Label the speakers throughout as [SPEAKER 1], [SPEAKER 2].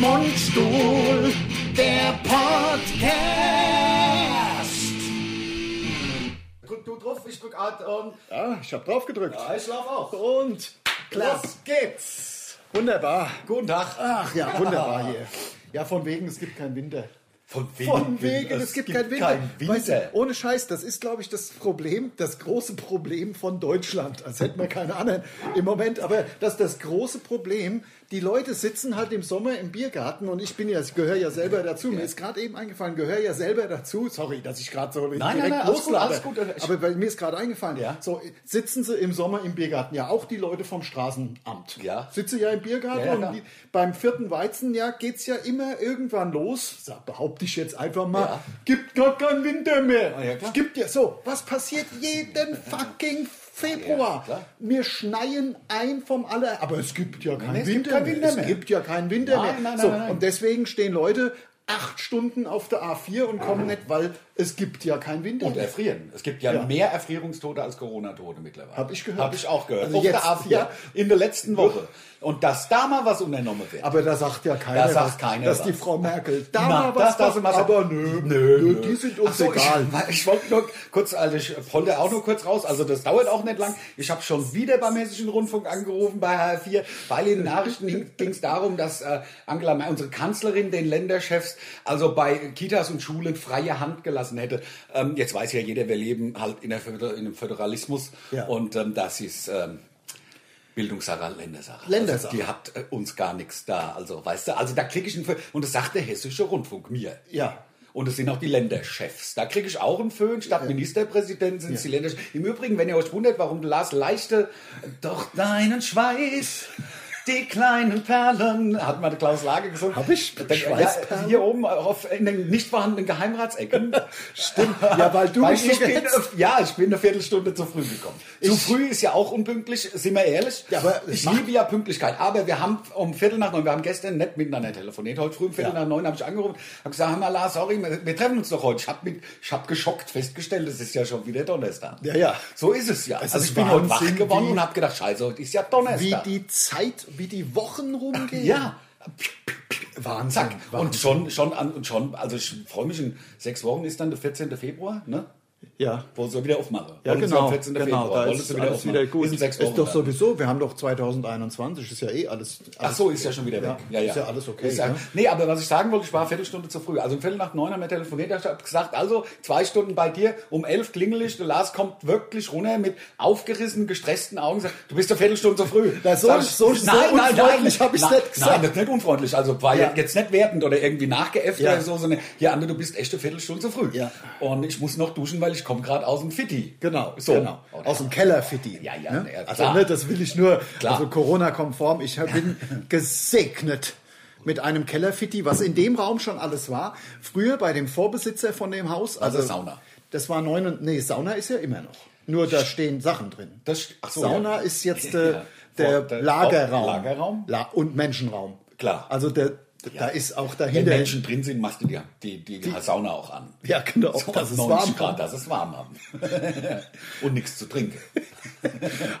[SPEAKER 1] Mundstuhl, der Podcast.
[SPEAKER 2] Drück du drauf, ich drück Art und
[SPEAKER 1] Ja, ich habe drauf gedrückt.
[SPEAKER 2] ja, ich schlaf auch.
[SPEAKER 1] Und klasse.
[SPEAKER 2] Los geht's.
[SPEAKER 1] Wunderbar.
[SPEAKER 2] Guten Tag.
[SPEAKER 1] Ach ja, wunderbar hier. Ja, von wegen, es gibt keinen Winter.
[SPEAKER 2] Von wegen,
[SPEAKER 1] Von wegen, es, gibt, keinen Winter. Weißt du,
[SPEAKER 2] Winter.
[SPEAKER 1] ohne Scheiß, das ist, glaube ich, das Problem, das große Problem von Deutschland. Als hätten wir keine anderen im Moment. Aber das ist das große Problem. Die Leute sitzen halt im Sommer im Biergarten und ich bin ja, ich gehöre ja selber dazu. Mir ist gerade eben eingefallen, gehöre ja selber dazu. Sorry, dass ich gerade so
[SPEAKER 2] nein,
[SPEAKER 1] direkt
[SPEAKER 2] nein, alles gut,
[SPEAKER 1] loslabe.
[SPEAKER 2] alles gut. Ich-
[SPEAKER 1] Aber weil mir ist gerade eingefallen,
[SPEAKER 2] Ja.
[SPEAKER 1] so sitzen sie im Sommer im Biergarten. Ja, auch die Leute vom Straßenamt.
[SPEAKER 2] Ja.
[SPEAKER 1] Sitze ja im Biergarten
[SPEAKER 2] Ja, ja,
[SPEAKER 1] und
[SPEAKER 2] klar.
[SPEAKER 1] die, beim vierten Weizenjahr geht es ja immer irgendwann los, sag, behaupte ich jetzt einfach mal,
[SPEAKER 2] Ja.
[SPEAKER 1] gibt gar keinen Winter mehr.
[SPEAKER 2] Ah, ja, klar.
[SPEAKER 1] es gibt ja so, was passiert jeden fucking
[SPEAKER 2] Ja,
[SPEAKER 1] Februar?
[SPEAKER 2] klar.
[SPEAKER 1] Wir schneien ein vom Aller, aber es gibt ja keinen
[SPEAKER 2] Nee, es gibt
[SPEAKER 1] Winter,
[SPEAKER 2] keinen
[SPEAKER 1] mehr.
[SPEAKER 2] Winter
[SPEAKER 1] Es
[SPEAKER 2] mehr.
[SPEAKER 1] gibt ja keinen Winter
[SPEAKER 2] Nein,
[SPEAKER 1] mehr.
[SPEAKER 2] nein, nein,
[SPEAKER 1] so,
[SPEAKER 2] nein.
[SPEAKER 1] Und deswegen stehen Leute acht Stunden auf der A4 und kommen nicht, weil es gibt ja keinen Winter
[SPEAKER 2] Ah. Und
[SPEAKER 1] mehr.
[SPEAKER 2] erfrieren. Es gibt ja, mehr Erfrierungstote als Corona-Tote mittlerweile.
[SPEAKER 1] Hab ich gehört.
[SPEAKER 2] Habe ich auch gehört.
[SPEAKER 1] Also
[SPEAKER 2] Auf
[SPEAKER 1] jetzt,
[SPEAKER 2] der A4
[SPEAKER 1] ja.
[SPEAKER 2] in der letzten Woche. Und dass da mal was unternommen wird.
[SPEAKER 1] Aber da sagt ja
[SPEAKER 2] Da
[SPEAKER 1] keiner,
[SPEAKER 2] sagt
[SPEAKER 1] was,
[SPEAKER 2] keiner
[SPEAKER 1] dass
[SPEAKER 2] was.
[SPEAKER 1] die Frau Merkel da
[SPEAKER 2] Na,
[SPEAKER 1] mal was
[SPEAKER 2] das, das,
[SPEAKER 1] macht,
[SPEAKER 2] was-
[SPEAKER 1] aber nö, nö, die sind uns
[SPEAKER 2] Ach so,
[SPEAKER 1] egal.
[SPEAKER 2] Ich, ich wollte nur kurz, also ich wollte auch nur kurz raus. Also das dauert auch nicht lang. Ich habe schon wieder beim Hessischen Rundfunk angerufen bei HR4, weil in den Nachrichten ging es darum, dass äh, Angela Merkel, unsere Kanzlerin, den Länderchefs also bei Kitas und Schulen freie Hand gelassen hätte. Ähm, jetzt weiß ja jeder, wir leben halt in, der Föder, in einem Föderalismus
[SPEAKER 1] Ja.
[SPEAKER 2] und ähm, das ist ähm, Bildungssache, Ländersache.
[SPEAKER 1] Ländersache.
[SPEAKER 2] Also, die hat äh, uns gar nichts da. Also, weißt du, also da kriege ich einen Föhn. Und das sagt der Hessische Rundfunk mir.
[SPEAKER 1] Ja.
[SPEAKER 2] Und es sind auch die Länderchefs. Da kriege ich auch einen Föhn. Statt Ministerpräsidenten sind es die Länderchefs. Im Übrigen, wenn ihr euch wundert, warum Lars Leichte äh, doch deinen Schweiß, die kleinen Perlen, hat mal Klaus Lage gesungen.
[SPEAKER 1] Hab ich
[SPEAKER 2] Dann- äh,
[SPEAKER 1] Schweißperlen?
[SPEAKER 2] Ja, hier oben auf, in den nicht vorhandenen Geheimratsecken. Stimmt.
[SPEAKER 1] Ja, weil du mich so
[SPEAKER 2] ich bin,
[SPEAKER 1] gehetzt
[SPEAKER 2] ja, ich bin eine Viertelstunde zu früh gekommen. zu
[SPEAKER 1] Ich-
[SPEAKER 2] früh ist ja auch unpünktlich, sind wir ehrlich.
[SPEAKER 1] Ja, aber es
[SPEAKER 2] ich
[SPEAKER 1] macht-
[SPEAKER 2] liebe ja Pünktlichkeit. Aber wir haben um Viertel nach neun, wir haben gestern nicht miteinander telefoniert. Heute früh um Viertel
[SPEAKER 1] Ja.
[SPEAKER 2] nach neun habe ich angerufen, habe gesagt, hör mal Lars, sorry, wir, wir treffen uns doch heute. Ich habe mit, ich hab geschockt festgestellt, es ist ja schon wieder Donnerstag.
[SPEAKER 1] Ja, ja.
[SPEAKER 2] So ist es ja.
[SPEAKER 1] Es
[SPEAKER 2] also
[SPEAKER 1] ist
[SPEAKER 2] ich bin heute wach
[SPEAKER 1] Wahnsinn,
[SPEAKER 2] geworden
[SPEAKER 1] wie-
[SPEAKER 2] und habe gedacht, scheiße, heute ist ja
[SPEAKER 1] wie
[SPEAKER 2] Donnerstag.
[SPEAKER 1] die Zeit, wie die Wochen rumgehen.
[SPEAKER 2] ja.
[SPEAKER 1] Wahnsinn.
[SPEAKER 2] Zack. Und
[SPEAKER 1] Wahnsinn.
[SPEAKER 2] schon, schon, an, und schon, also ich freue mich, in sechs Wochen ist dann der 14. Februar, ne?
[SPEAKER 1] ja.
[SPEAKER 2] Wo soll wieder aufmachen?
[SPEAKER 1] Ja,
[SPEAKER 2] Wollen Sie
[SPEAKER 1] genau,
[SPEAKER 2] am 14.
[SPEAKER 1] genau,
[SPEAKER 2] Februar,
[SPEAKER 1] da
[SPEAKER 2] wollen
[SPEAKER 1] ist
[SPEAKER 2] Sie
[SPEAKER 1] alles
[SPEAKER 2] aufmachen?
[SPEAKER 1] wieder gut.
[SPEAKER 2] Ist in sechs Wochen
[SPEAKER 1] ist doch
[SPEAKER 2] dann.
[SPEAKER 1] sowieso, wir haben doch 2021, ist ja eh alles. alles
[SPEAKER 2] Ach so, ist ja schon wieder weg. Ja, ja.
[SPEAKER 1] Ist ja alles okay.
[SPEAKER 2] Ist ja,
[SPEAKER 1] ne?
[SPEAKER 2] Nee, aber was ich sagen wollte, ich war eine Viertelstunde zu früh. Also um Viertel nach neun haben wir telefoniert, ich habe gesagt, also zwei Stunden bei dir, um elf klingel ich, der Lars kommt wirklich runter mit aufgerissenen, gestressten Augen, sagt, du bist eine Viertelstunde zu früh.
[SPEAKER 1] Na, so-
[SPEAKER 2] Sag ich,
[SPEAKER 1] so- so unfreundlich hab ich's
[SPEAKER 2] nein,
[SPEAKER 1] nicht gesagt.
[SPEAKER 2] Nein, das ist nicht unfreundlich, also war
[SPEAKER 1] Ja.
[SPEAKER 2] jetzt nicht wertend oder irgendwie nachgeäfft
[SPEAKER 1] Ja.
[SPEAKER 2] oder so, sondern hier, Ander, du bist echt eine Viertelstunde zu früh.
[SPEAKER 1] Ja.
[SPEAKER 2] Und ich muss noch duschen, weil ich komme gerade aus dem Fitti.
[SPEAKER 1] Genau,
[SPEAKER 2] so.
[SPEAKER 1] genau.
[SPEAKER 2] Oder-
[SPEAKER 1] Aus dem Keller Fitti.
[SPEAKER 2] Ja, ja,
[SPEAKER 1] ne?
[SPEAKER 2] ja,
[SPEAKER 1] Also,
[SPEAKER 2] klar.
[SPEAKER 1] ne, das will ich nur,
[SPEAKER 2] Klar.
[SPEAKER 1] also Corona-konform, ich bin gesegnet mit einem Kellerfitti, was in dem Raum schon alles war. Früher bei dem Vorbesitzer von dem Haus.
[SPEAKER 2] Also Sauna.
[SPEAKER 1] Das war neun und, nee, Sauna ist ja immer noch. Nur da stehen Sachen drin.
[SPEAKER 2] Das, ach so,
[SPEAKER 1] Sauna
[SPEAKER 2] ja.
[SPEAKER 1] ist jetzt äh,
[SPEAKER 2] Ja.
[SPEAKER 1] der
[SPEAKER 2] Vor- der-
[SPEAKER 1] Lagerraum.
[SPEAKER 2] Lagerraum?
[SPEAKER 1] La und Menschenraum.
[SPEAKER 2] Klar.
[SPEAKER 1] Also der,
[SPEAKER 2] Ja.
[SPEAKER 1] da ist auch
[SPEAKER 2] Wenn
[SPEAKER 1] dahinter.
[SPEAKER 2] Menschen drin sind, machst du die, die, die, Sauna auch an.
[SPEAKER 1] Ja, genau.
[SPEAKER 2] So,
[SPEAKER 1] das ist
[SPEAKER 2] 90
[SPEAKER 1] warm.
[SPEAKER 2] Grad, dass es warm haben. Und nichts zu trinken.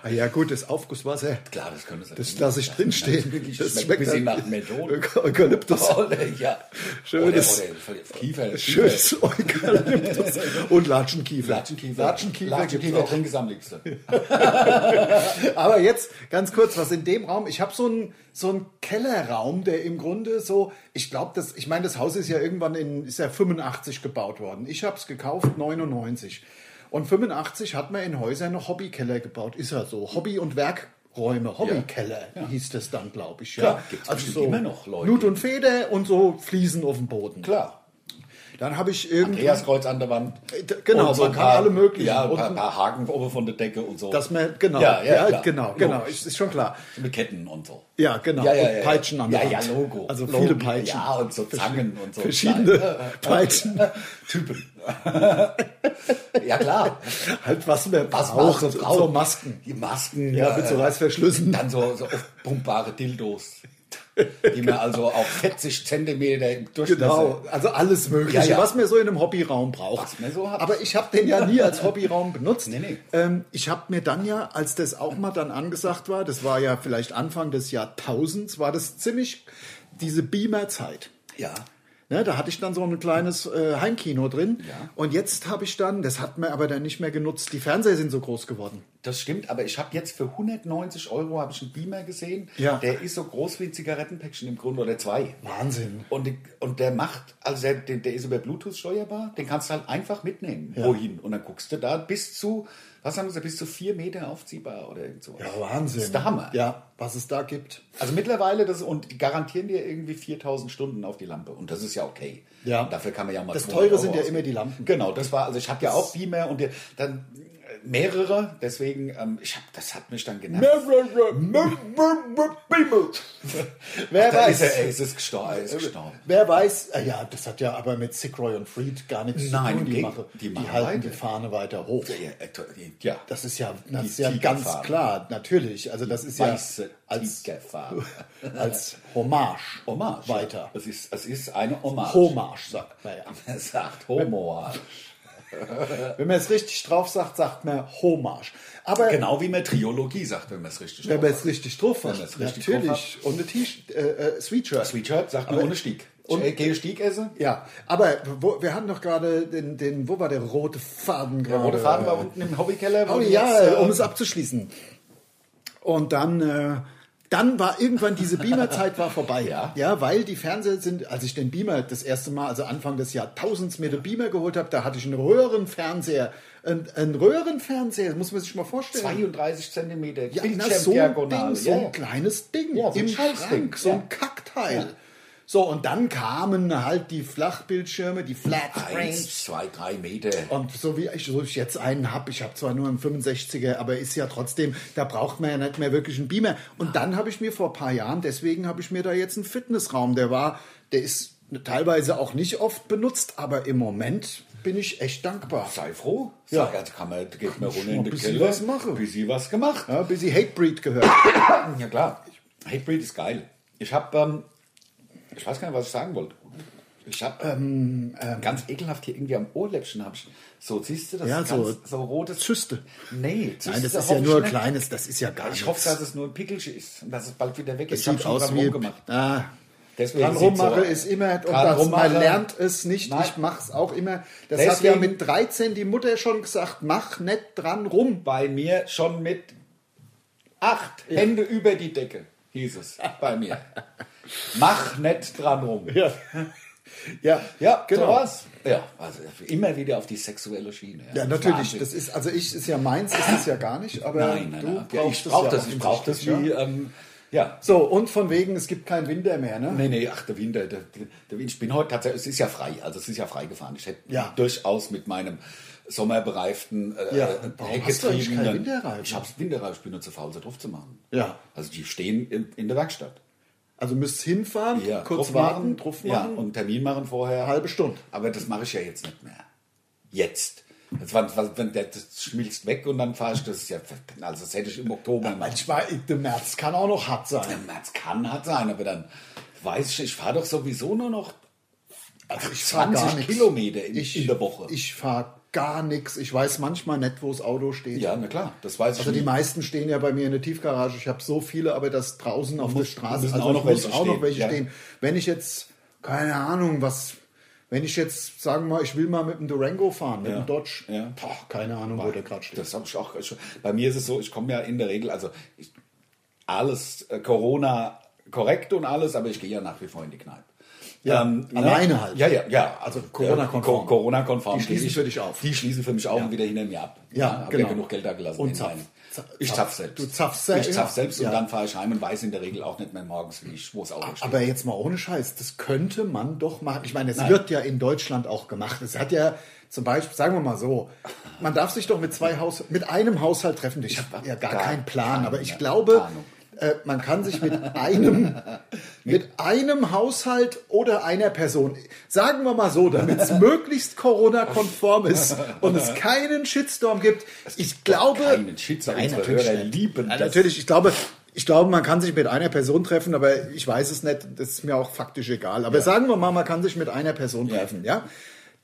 [SPEAKER 1] Ah, ja, gut, das Aufgusswasser.
[SPEAKER 2] Klar, das können sie.
[SPEAKER 1] Das lasse ich drinstehen.
[SPEAKER 2] Also wirklich,
[SPEAKER 1] Das
[SPEAKER 2] schmeckt
[SPEAKER 1] schmeckt
[SPEAKER 2] ein bisschen
[SPEAKER 1] dann-
[SPEAKER 2] nach Methode.
[SPEAKER 1] Eukalyptus.
[SPEAKER 2] Oder, ja.
[SPEAKER 1] Schönes-
[SPEAKER 2] Oder, oder Kiefer.
[SPEAKER 1] Schönes Eukalyptus. Und Latschenkiefer.
[SPEAKER 2] Latschenkiefer.
[SPEAKER 1] Latschenkiefer gibt's
[SPEAKER 2] Latschenkiefer trinkst du am liebsten.
[SPEAKER 1] Aber jetzt ganz kurz, was in dem Raum, ich habe so einen so einen Kellerraum, der im Grunde so, ich glaube, das ich meine, das Haus ist ja irgendwann in ist ja 85 gebaut worden. Ich habe es gekauft 99. Und 85 hat man in Häusern noch Hobbykeller gebaut, ist ja so. Hobby und Werkräume, Hobbykeller hieß das dann, glaube ich. Ja, Also
[SPEAKER 2] Klar, gibt's bestimmt immer noch Leute.
[SPEAKER 1] Nut und Feder und so Fliesen auf dem Boden.
[SPEAKER 2] Klar.
[SPEAKER 1] Dann habe ich irgendwie
[SPEAKER 2] Andreaskreuz an der Wand.
[SPEAKER 1] Genau,
[SPEAKER 2] Und so
[SPEAKER 1] man
[SPEAKER 2] ein
[SPEAKER 1] kann
[SPEAKER 2] paar-
[SPEAKER 1] alle möglichen.
[SPEAKER 2] Ja, ein
[SPEAKER 1] Und-
[SPEAKER 2] paar, paar Haken oben von der Decke und so.
[SPEAKER 1] dass man genau,
[SPEAKER 2] Ja, ja, klar.
[SPEAKER 1] genau, genau,
[SPEAKER 2] Logisch.
[SPEAKER 1] ist, ist schon klar.
[SPEAKER 2] Mit Ketten und so.
[SPEAKER 1] Ja, genau.
[SPEAKER 2] Ja, ja,
[SPEAKER 1] und
[SPEAKER 2] ja.
[SPEAKER 1] Peitschen an der
[SPEAKER 2] Ja, ja,
[SPEAKER 1] Wand.
[SPEAKER 2] Logo.
[SPEAKER 1] Also
[SPEAKER 2] Logo.
[SPEAKER 1] viele Peitschen.
[SPEAKER 2] Ja, und so Zangen und so.
[SPEAKER 1] Verschiedene
[SPEAKER 2] Nein.
[SPEAKER 1] Peitschen.
[SPEAKER 2] Typen. ja, klar.
[SPEAKER 1] halt was man
[SPEAKER 2] Was
[SPEAKER 1] braucht.
[SPEAKER 2] man
[SPEAKER 1] und So Masken.
[SPEAKER 2] Die Masken.
[SPEAKER 1] Ja,
[SPEAKER 2] äh,
[SPEAKER 1] mit so Reißverschlüssen.
[SPEAKER 2] Dann so, so aufpumpbare Dildos. die man also auf 40 Zentimeter im Durchmesser.
[SPEAKER 1] Genau, also alles Mögliche,
[SPEAKER 2] Ja, ja.
[SPEAKER 1] was man so in einem Hobbyraum braucht.
[SPEAKER 2] Was man so hat.
[SPEAKER 1] Aber ich habe den ja nie als Hobbyraum benutzt.
[SPEAKER 2] Nee, nee.
[SPEAKER 1] Ähm, ich habe mir dann ja, als das auch mal dann angesagt war, das war ja vielleicht Anfang des Jahrtausends, war das ziemlich diese Beamer-Zeit.
[SPEAKER 2] Ja.
[SPEAKER 1] Ne, da hatte ich dann so ein kleines äh, Heimkino drin. Und jetzt habe ich dann, das hat mir aber dann nicht mehr genutzt, die Fernseher sind so groß geworden.
[SPEAKER 2] Das stimmt, aber ich habe jetzt für 190 Euro habe ich einen Beamer gesehen.
[SPEAKER 1] Ja.
[SPEAKER 2] Der ist so groß wie ein Zigarettenpäckchen im Grunde oder zwei.
[SPEAKER 1] Wahnsinn.
[SPEAKER 2] Und, die- und der macht, also der, der, der ist über Bluetooth steuerbar, den kannst du halt einfach mitnehmen, wohin. Und dann guckst du da bis zu, was haben sie, bis zu vier Meter aufziehbar oder irgend sowas.
[SPEAKER 1] Wahnsinn.
[SPEAKER 2] Das ist der Hammer.
[SPEAKER 1] Ja, was es da gibt.
[SPEAKER 2] Also mittlerweile, das, und die garantieren dir irgendwie 4000 Stunden auf die Lampe. Und das ist ja okay.
[SPEAKER 1] Ja.
[SPEAKER 2] Dafür kann man ja mal
[SPEAKER 1] Das
[SPEAKER 2] 200
[SPEAKER 1] Teure sind
[SPEAKER 2] Euro
[SPEAKER 1] ja
[SPEAKER 2] ausgeben.
[SPEAKER 1] immer die Lampen.
[SPEAKER 2] Genau, das war, also ich habe ja auch Beamer und der, dann äh, mehrere, deswegen, ähm, ich hab, das hat mich dann genervt.
[SPEAKER 1] Wer
[SPEAKER 2] Ach, da
[SPEAKER 1] weiß. Äh,
[SPEAKER 2] Ist er, er ist es gestorben. Er ist gestorben.
[SPEAKER 1] Wer weiß, äh, ja, das hat ja aber mit Sigroy und Fried gar nichts
[SPEAKER 2] Nein,
[SPEAKER 1] zu
[SPEAKER 2] im
[SPEAKER 1] tun. Die,
[SPEAKER 2] Gegen-
[SPEAKER 1] machen,
[SPEAKER 2] die
[SPEAKER 1] die,
[SPEAKER 2] machen
[SPEAKER 1] halten
[SPEAKER 2] weiter.
[SPEAKER 1] die Fahne weiter hoch.
[SPEAKER 2] Ja, äh, Ja,
[SPEAKER 1] Das ist ja, das
[SPEAKER 2] Die
[SPEAKER 1] ist ja ganz
[SPEAKER 2] Tigerfarbe.
[SPEAKER 1] klar, natürlich. Also das ist ja
[SPEAKER 2] weiße
[SPEAKER 1] als,
[SPEAKER 2] Tigerfarbe.
[SPEAKER 1] als Hommage,
[SPEAKER 2] Hommage.
[SPEAKER 1] weiter.
[SPEAKER 2] Es ist, es ist eine Hommage.
[SPEAKER 1] Hommage, sagt man ja.
[SPEAKER 2] Er sagt Homo.
[SPEAKER 1] Äh, Wenn man es richtig drauf sagt, sagt man Hommage. Aber
[SPEAKER 2] Genau wie man Triologie sagt, wenn man es richtig
[SPEAKER 1] wenn man es richtig drauf
[SPEAKER 2] Wenn
[SPEAKER 1] hat,
[SPEAKER 2] man es richtig drauf
[SPEAKER 1] natürlich. Ohne T-Shirt, äh, äh, Sweatshirt.
[SPEAKER 2] Sweetshirt sagt man ohne Stieg. Und gehe Stieg essen?
[SPEAKER 1] Ja, aber wo, wir hatten doch gerade den, den, wo war der rote Faden
[SPEAKER 2] Der
[SPEAKER 1] gerade?
[SPEAKER 2] rote Faden war unten im Hobbykeller. wo
[SPEAKER 1] Äh, Oh,
[SPEAKER 2] die
[SPEAKER 1] ja,
[SPEAKER 2] jetzt, äh,
[SPEAKER 1] um es abzuschließen. Und dann, äh, dann war irgendwann diese Beamer-Zeit war vorbei.
[SPEAKER 2] Ja.
[SPEAKER 1] weil die Fernseher sind, als ich den Beamer das erste Mal, also Anfang des Jahrtausends mir den Beamer geholt habe, da hatte ich einen Röhrenfernseher. Ein, ein Röhrenfernseher, das muss man sich mal vorstellen.
[SPEAKER 2] 32 Zentimeter
[SPEAKER 1] Ja, na, so ein
[SPEAKER 2] Bildschirmdiagonale.
[SPEAKER 1] Ding, so ein kleines Ding
[SPEAKER 2] Ja, so ein
[SPEAKER 1] im
[SPEAKER 2] Scheißding,
[SPEAKER 1] Schrank, so ein
[SPEAKER 2] ja.
[SPEAKER 1] Kackteil. So, und dann kamen halt die Flachbildschirme, die Flat Screens.
[SPEAKER 2] Eins, zwei, drei Meter.
[SPEAKER 1] Und so wie ich, so ich jetzt einen habe, ich habe zwar nur einen 65er, aber ist ja trotzdem, da braucht man ja nicht mehr wirklich einen Beamer. Und dann habe ich mir vor ein paar Jahren, deswegen habe ich mir da jetzt einen Fitnessraum, der war, der ist teilweise auch nicht oft benutzt, aber im Moment bin ich echt dankbar.
[SPEAKER 2] Sei froh.
[SPEAKER 1] Ja.
[SPEAKER 2] Sag, jetzt kann man, geht man runter
[SPEAKER 1] mal
[SPEAKER 2] in
[SPEAKER 1] ein
[SPEAKER 2] den
[SPEAKER 1] bisschen
[SPEAKER 2] Keller.
[SPEAKER 1] was machen.
[SPEAKER 2] Bisschen was gemacht.
[SPEAKER 1] Ja, bis sie Hatebreed gehört.
[SPEAKER 2] Ja klar. Hatebreed ist geil. Ich habe, ähm, ich weiß gar nicht, was ich sagen wollte. Ich habe
[SPEAKER 1] Ähm,
[SPEAKER 2] ganz ekelhaft hier irgendwie am Ohrläppchen habe ich. So siehst du das?
[SPEAKER 1] Ja,
[SPEAKER 2] ist
[SPEAKER 1] so-
[SPEAKER 2] ganz, so rotes
[SPEAKER 1] Zyste.
[SPEAKER 2] Nee, Zyste
[SPEAKER 1] Nein, das ist
[SPEAKER 2] hoffe
[SPEAKER 1] ja
[SPEAKER 2] ich
[SPEAKER 1] nur ein
[SPEAKER 2] nicht.
[SPEAKER 1] kleines, das ist ja gar
[SPEAKER 2] Ich
[SPEAKER 1] nichts.
[SPEAKER 2] hoffe, dass es nur ein Pickelchen ist und dass es bald wieder weg ist.
[SPEAKER 1] Es
[SPEAKER 2] Ich hab
[SPEAKER 1] sieht
[SPEAKER 2] schon
[SPEAKER 1] aus
[SPEAKER 2] dran
[SPEAKER 1] wie.
[SPEAKER 2] rumgemacht.
[SPEAKER 1] Ah,
[SPEAKER 2] Deswegen
[SPEAKER 1] dran
[SPEAKER 2] sieht's
[SPEAKER 1] rummache
[SPEAKER 2] so-
[SPEAKER 1] ist immer, und
[SPEAKER 2] Dran
[SPEAKER 1] das,
[SPEAKER 2] rummache-
[SPEAKER 1] man lernt es nicht,
[SPEAKER 2] Nein.
[SPEAKER 1] ich mache es auch immer. Das hat ja
[SPEAKER 2] Deswegen-
[SPEAKER 1] mit 13 die Mutter schon gesagt, mach nicht dran rum.
[SPEAKER 2] bei mir schon mit acht Hände über die Decke, hieß es bei mir. Mach nett dran rum.
[SPEAKER 1] Ja, ja,
[SPEAKER 2] Ja, genau.
[SPEAKER 1] genau.
[SPEAKER 2] Sowas. Ja, also immer wieder auf die sexuelle Schiene.
[SPEAKER 1] ja, natürlich. Das ist, also ich ist ja meins, ist es ja gar nicht, aber
[SPEAKER 2] nein, nein,
[SPEAKER 1] du
[SPEAKER 2] nein.
[SPEAKER 1] brauchst
[SPEAKER 2] Ja, ich
[SPEAKER 1] es
[SPEAKER 2] brauche
[SPEAKER 1] ja
[SPEAKER 2] das, ich brauche das
[SPEAKER 1] offensichtlich,
[SPEAKER 2] wie,
[SPEAKER 1] ja.
[SPEAKER 2] ähm, ja.
[SPEAKER 1] So, und von wegen, es gibt keinen Winter mehr, ne?
[SPEAKER 2] Nee, nee, ach, der Winter, der, der der Wind, ich bin heute tatsächlich, es ist ja frei, also es ist ja frei gefahren. Ich hätte
[SPEAKER 1] Ja.
[SPEAKER 2] durchaus mit meinem sommerbereiften äh,
[SPEAKER 1] Ja,
[SPEAKER 2] äh,
[SPEAKER 1] warum hast du eigentlich
[SPEAKER 2] getriebenen-
[SPEAKER 1] keinen Winterreifen?
[SPEAKER 2] Ich hab's Winterreifen, ich bin nur zu faul, sie drauf zu machen.
[SPEAKER 1] Ja.
[SPEAKER 2] Also die stehen in, in der Werkstatt.
[SPEAKER 1] Also müsst hinfahren,
[SPEAKER 2] Ja,
[SPEAKER 1] kurz
[SPEAKER 2] drauf
[SPEAKER 1] warten, drauf machen.
[SPEAKER 2] Ja, und Termin machen vorher.
[SPEAKER 1] Halbe Stunde.
[SPEAKER 2] Aber das mache ich ja jetzt nicht mehr. Jetzt. Das, war, das, wenn der, das schmilzt weg und dann fahre ich das. Ist ja, also das hätte ich im Oktober machen.
[SPEAKER 1] Manchmal, der März kann auch noch hart sein.
[SPEAKER 2] Das kann hart sein, aber dann weiß ich, ich fahre doch sowieso nur noch
[SPEAKER 1] Also ich fahr
[SPEAKER 2] 20
[SPEAKER 1] gar nix.
[SPEAKER 2] Kilometer in,
[SPEAKER 1] ich,
[SPEAKER 2] in der Woche.
[SPEAKER 1] Ich fahre gar nichts. Ich weiß manchmal nicht, wo das Auto steht.
[SPEAKER 2] ja, na klar, das weiß ich
[SPEAKER 1] Also die
[SPEAKER 2] nie.
[SPEAKER 1] meisten stehen ja bei mir in der Tiefgarage. Ich habe so viele, aber das draußen auf der Straße.
[SPEAKER 2] müssen
[SPEAKER 1] Also
[SPEAKER 2] auch
[SPEAKER 1] ich
[SPEAKER 2] noch
[SPEAKER 1] muss
[SPEAKER 2] welche
[SPEAKER 1] auch noch
[SPEAKER 2] stehen,
[SPEAKER 1] welche
[SPEAKER 2] ja.
[SPEAKER 1] stehen. Wenn ich jetzt, keine Ahnung, was, wenn ich jetzt, sagen wir mal, ich will mal mit dem Durango fahren, mit
[SPEAKER 2] Ja.
[SPEAKER 1] dem Dodge,
[SPEAKER 2] Ja.
[SPEAKER 1] Boah, keine Ahnung, wo der gerade steht.
[SPEAKER 2] Das habe ich auch. schon- Bei mir ist es so, ich komme ja in der Regel, also ich, alles äh, Corona korrekt und alles, aber ich gehe ja nach wie vor in die Kneipe.
[SPEAKER 1] Ja, alleine
[SPEAKER 2] ne?
[SPEAKER 1] halt.
[SPEAKER 2] Ja, ja, ja. Also Co-
[SPEAKER 1] Corona-konform.
[SPEAKER 2] Corona-konform.
[SPEAKER 1] Die schließen
[SPEAKER 2] gehe ich-
[SPEAKER 1] für dich auf.
[SPEAKER 2] Die schließen für mich auf und wieder hinter mir ab.
[SPEAKER 1] Ja,
[SPEAKER 2] hab
[SPEAKER 1] genau.
[SPEAKER 2] ja genug Geld da gelassen.
[SPEAKER 1] Und
[SPEAKER 2] in
[SPEAKER 1] zapf-
[SPEAKER 2] meinen-
[SPEAKER 1] zapf-
[SPEAKER 2] Ich
[SPEAKER 1] zapf-
[SPEAKER 2] zapf selbst.
[SPEAKER 1] du zapfst selbst,
[SPEAKER 2] Ich zapf
[SPEAKER 1] ja.
[SPEAKER 2] selbst
[SPEAKER 1] Ja. Ah,
[SPEAKER 2] und dann fahre ich heim und weiß in der Regel auch nicht mehr morgens, wie ich, wo es Auto steht.
[SPEAKER 1] Aber jetzt mal ohne Scheiß, das könnte man doch machen. Ich meine, es wird ja in Deutschland auch gemacht. Es hat ja zum Beispiel, sagen wir mal so, man darf sich doch mit zwei Haus, mit einem Haushalt treffen. Ich habe ja gar,
[SPEAKER 2] gar
[SPEAKER 1] keinen Plan,
[SPEAKER 2] keine
[SPEAKER 1] aber ich glaube,
[SPEAKER 2] Ahnung.
[SPEAKER 1] äh, man kann sich mit einem, mit einem Haushalt oder einer Person, sagen wir mal so, damit es möglichst Corona-konform ist und es keinen Shitstorm gibt. Ich glaube, ah.
[SPEAKER 2] keinen Shitstorm. Unsere
[SPEAKER 1] natürlich
[SPEAKER 2] Hörer
[SPEAKER 1] nicht.
[SPEAKER 2] lieben
[SPEAKER 1] Nein,
[SPEAKER 2] das.
[SPEAKER 1] natürlich. Ich glaube, ich glaube, man kann sich mit einer Person treffen, aber ich weiß es nicht, das ist mir auch faktisch egal. Aber sagen wir mal, man kann sich mit einer Person treffen, ja?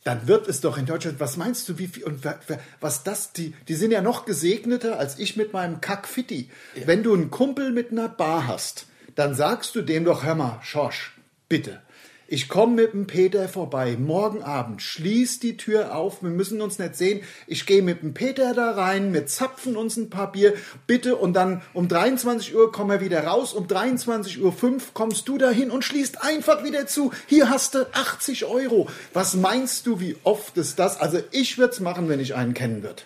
[SPEAKER 1] Dann wird es doch in Deutschland, was meinst du, wie viel, und wer- wer- was das, die, die sind ja noch gesegneter als ich mit meinem Kackfitti. Wenn du einen Kumpel mit einer Bar hast, dann sagst du dem doch, hör mal, Schorsch, bitte. Ich komme mit dem Peter vorbei. Morgen Abend schließ die Tür auf. Wir müssen uns nicht sehen. Ich gehe mit dem Peter da rein. Wir zapfen uns ein paar Bier. Bitte. Und dann um 23 Uhr kommen wir wieder raus. Um 23.05 Uhr kommst du dahin und schließt einfach wieder zu. Hier hast du 80 Euro. Was meinst du, wie oft ist das? Also ich würde es machen, wenn ich einen kennen würde.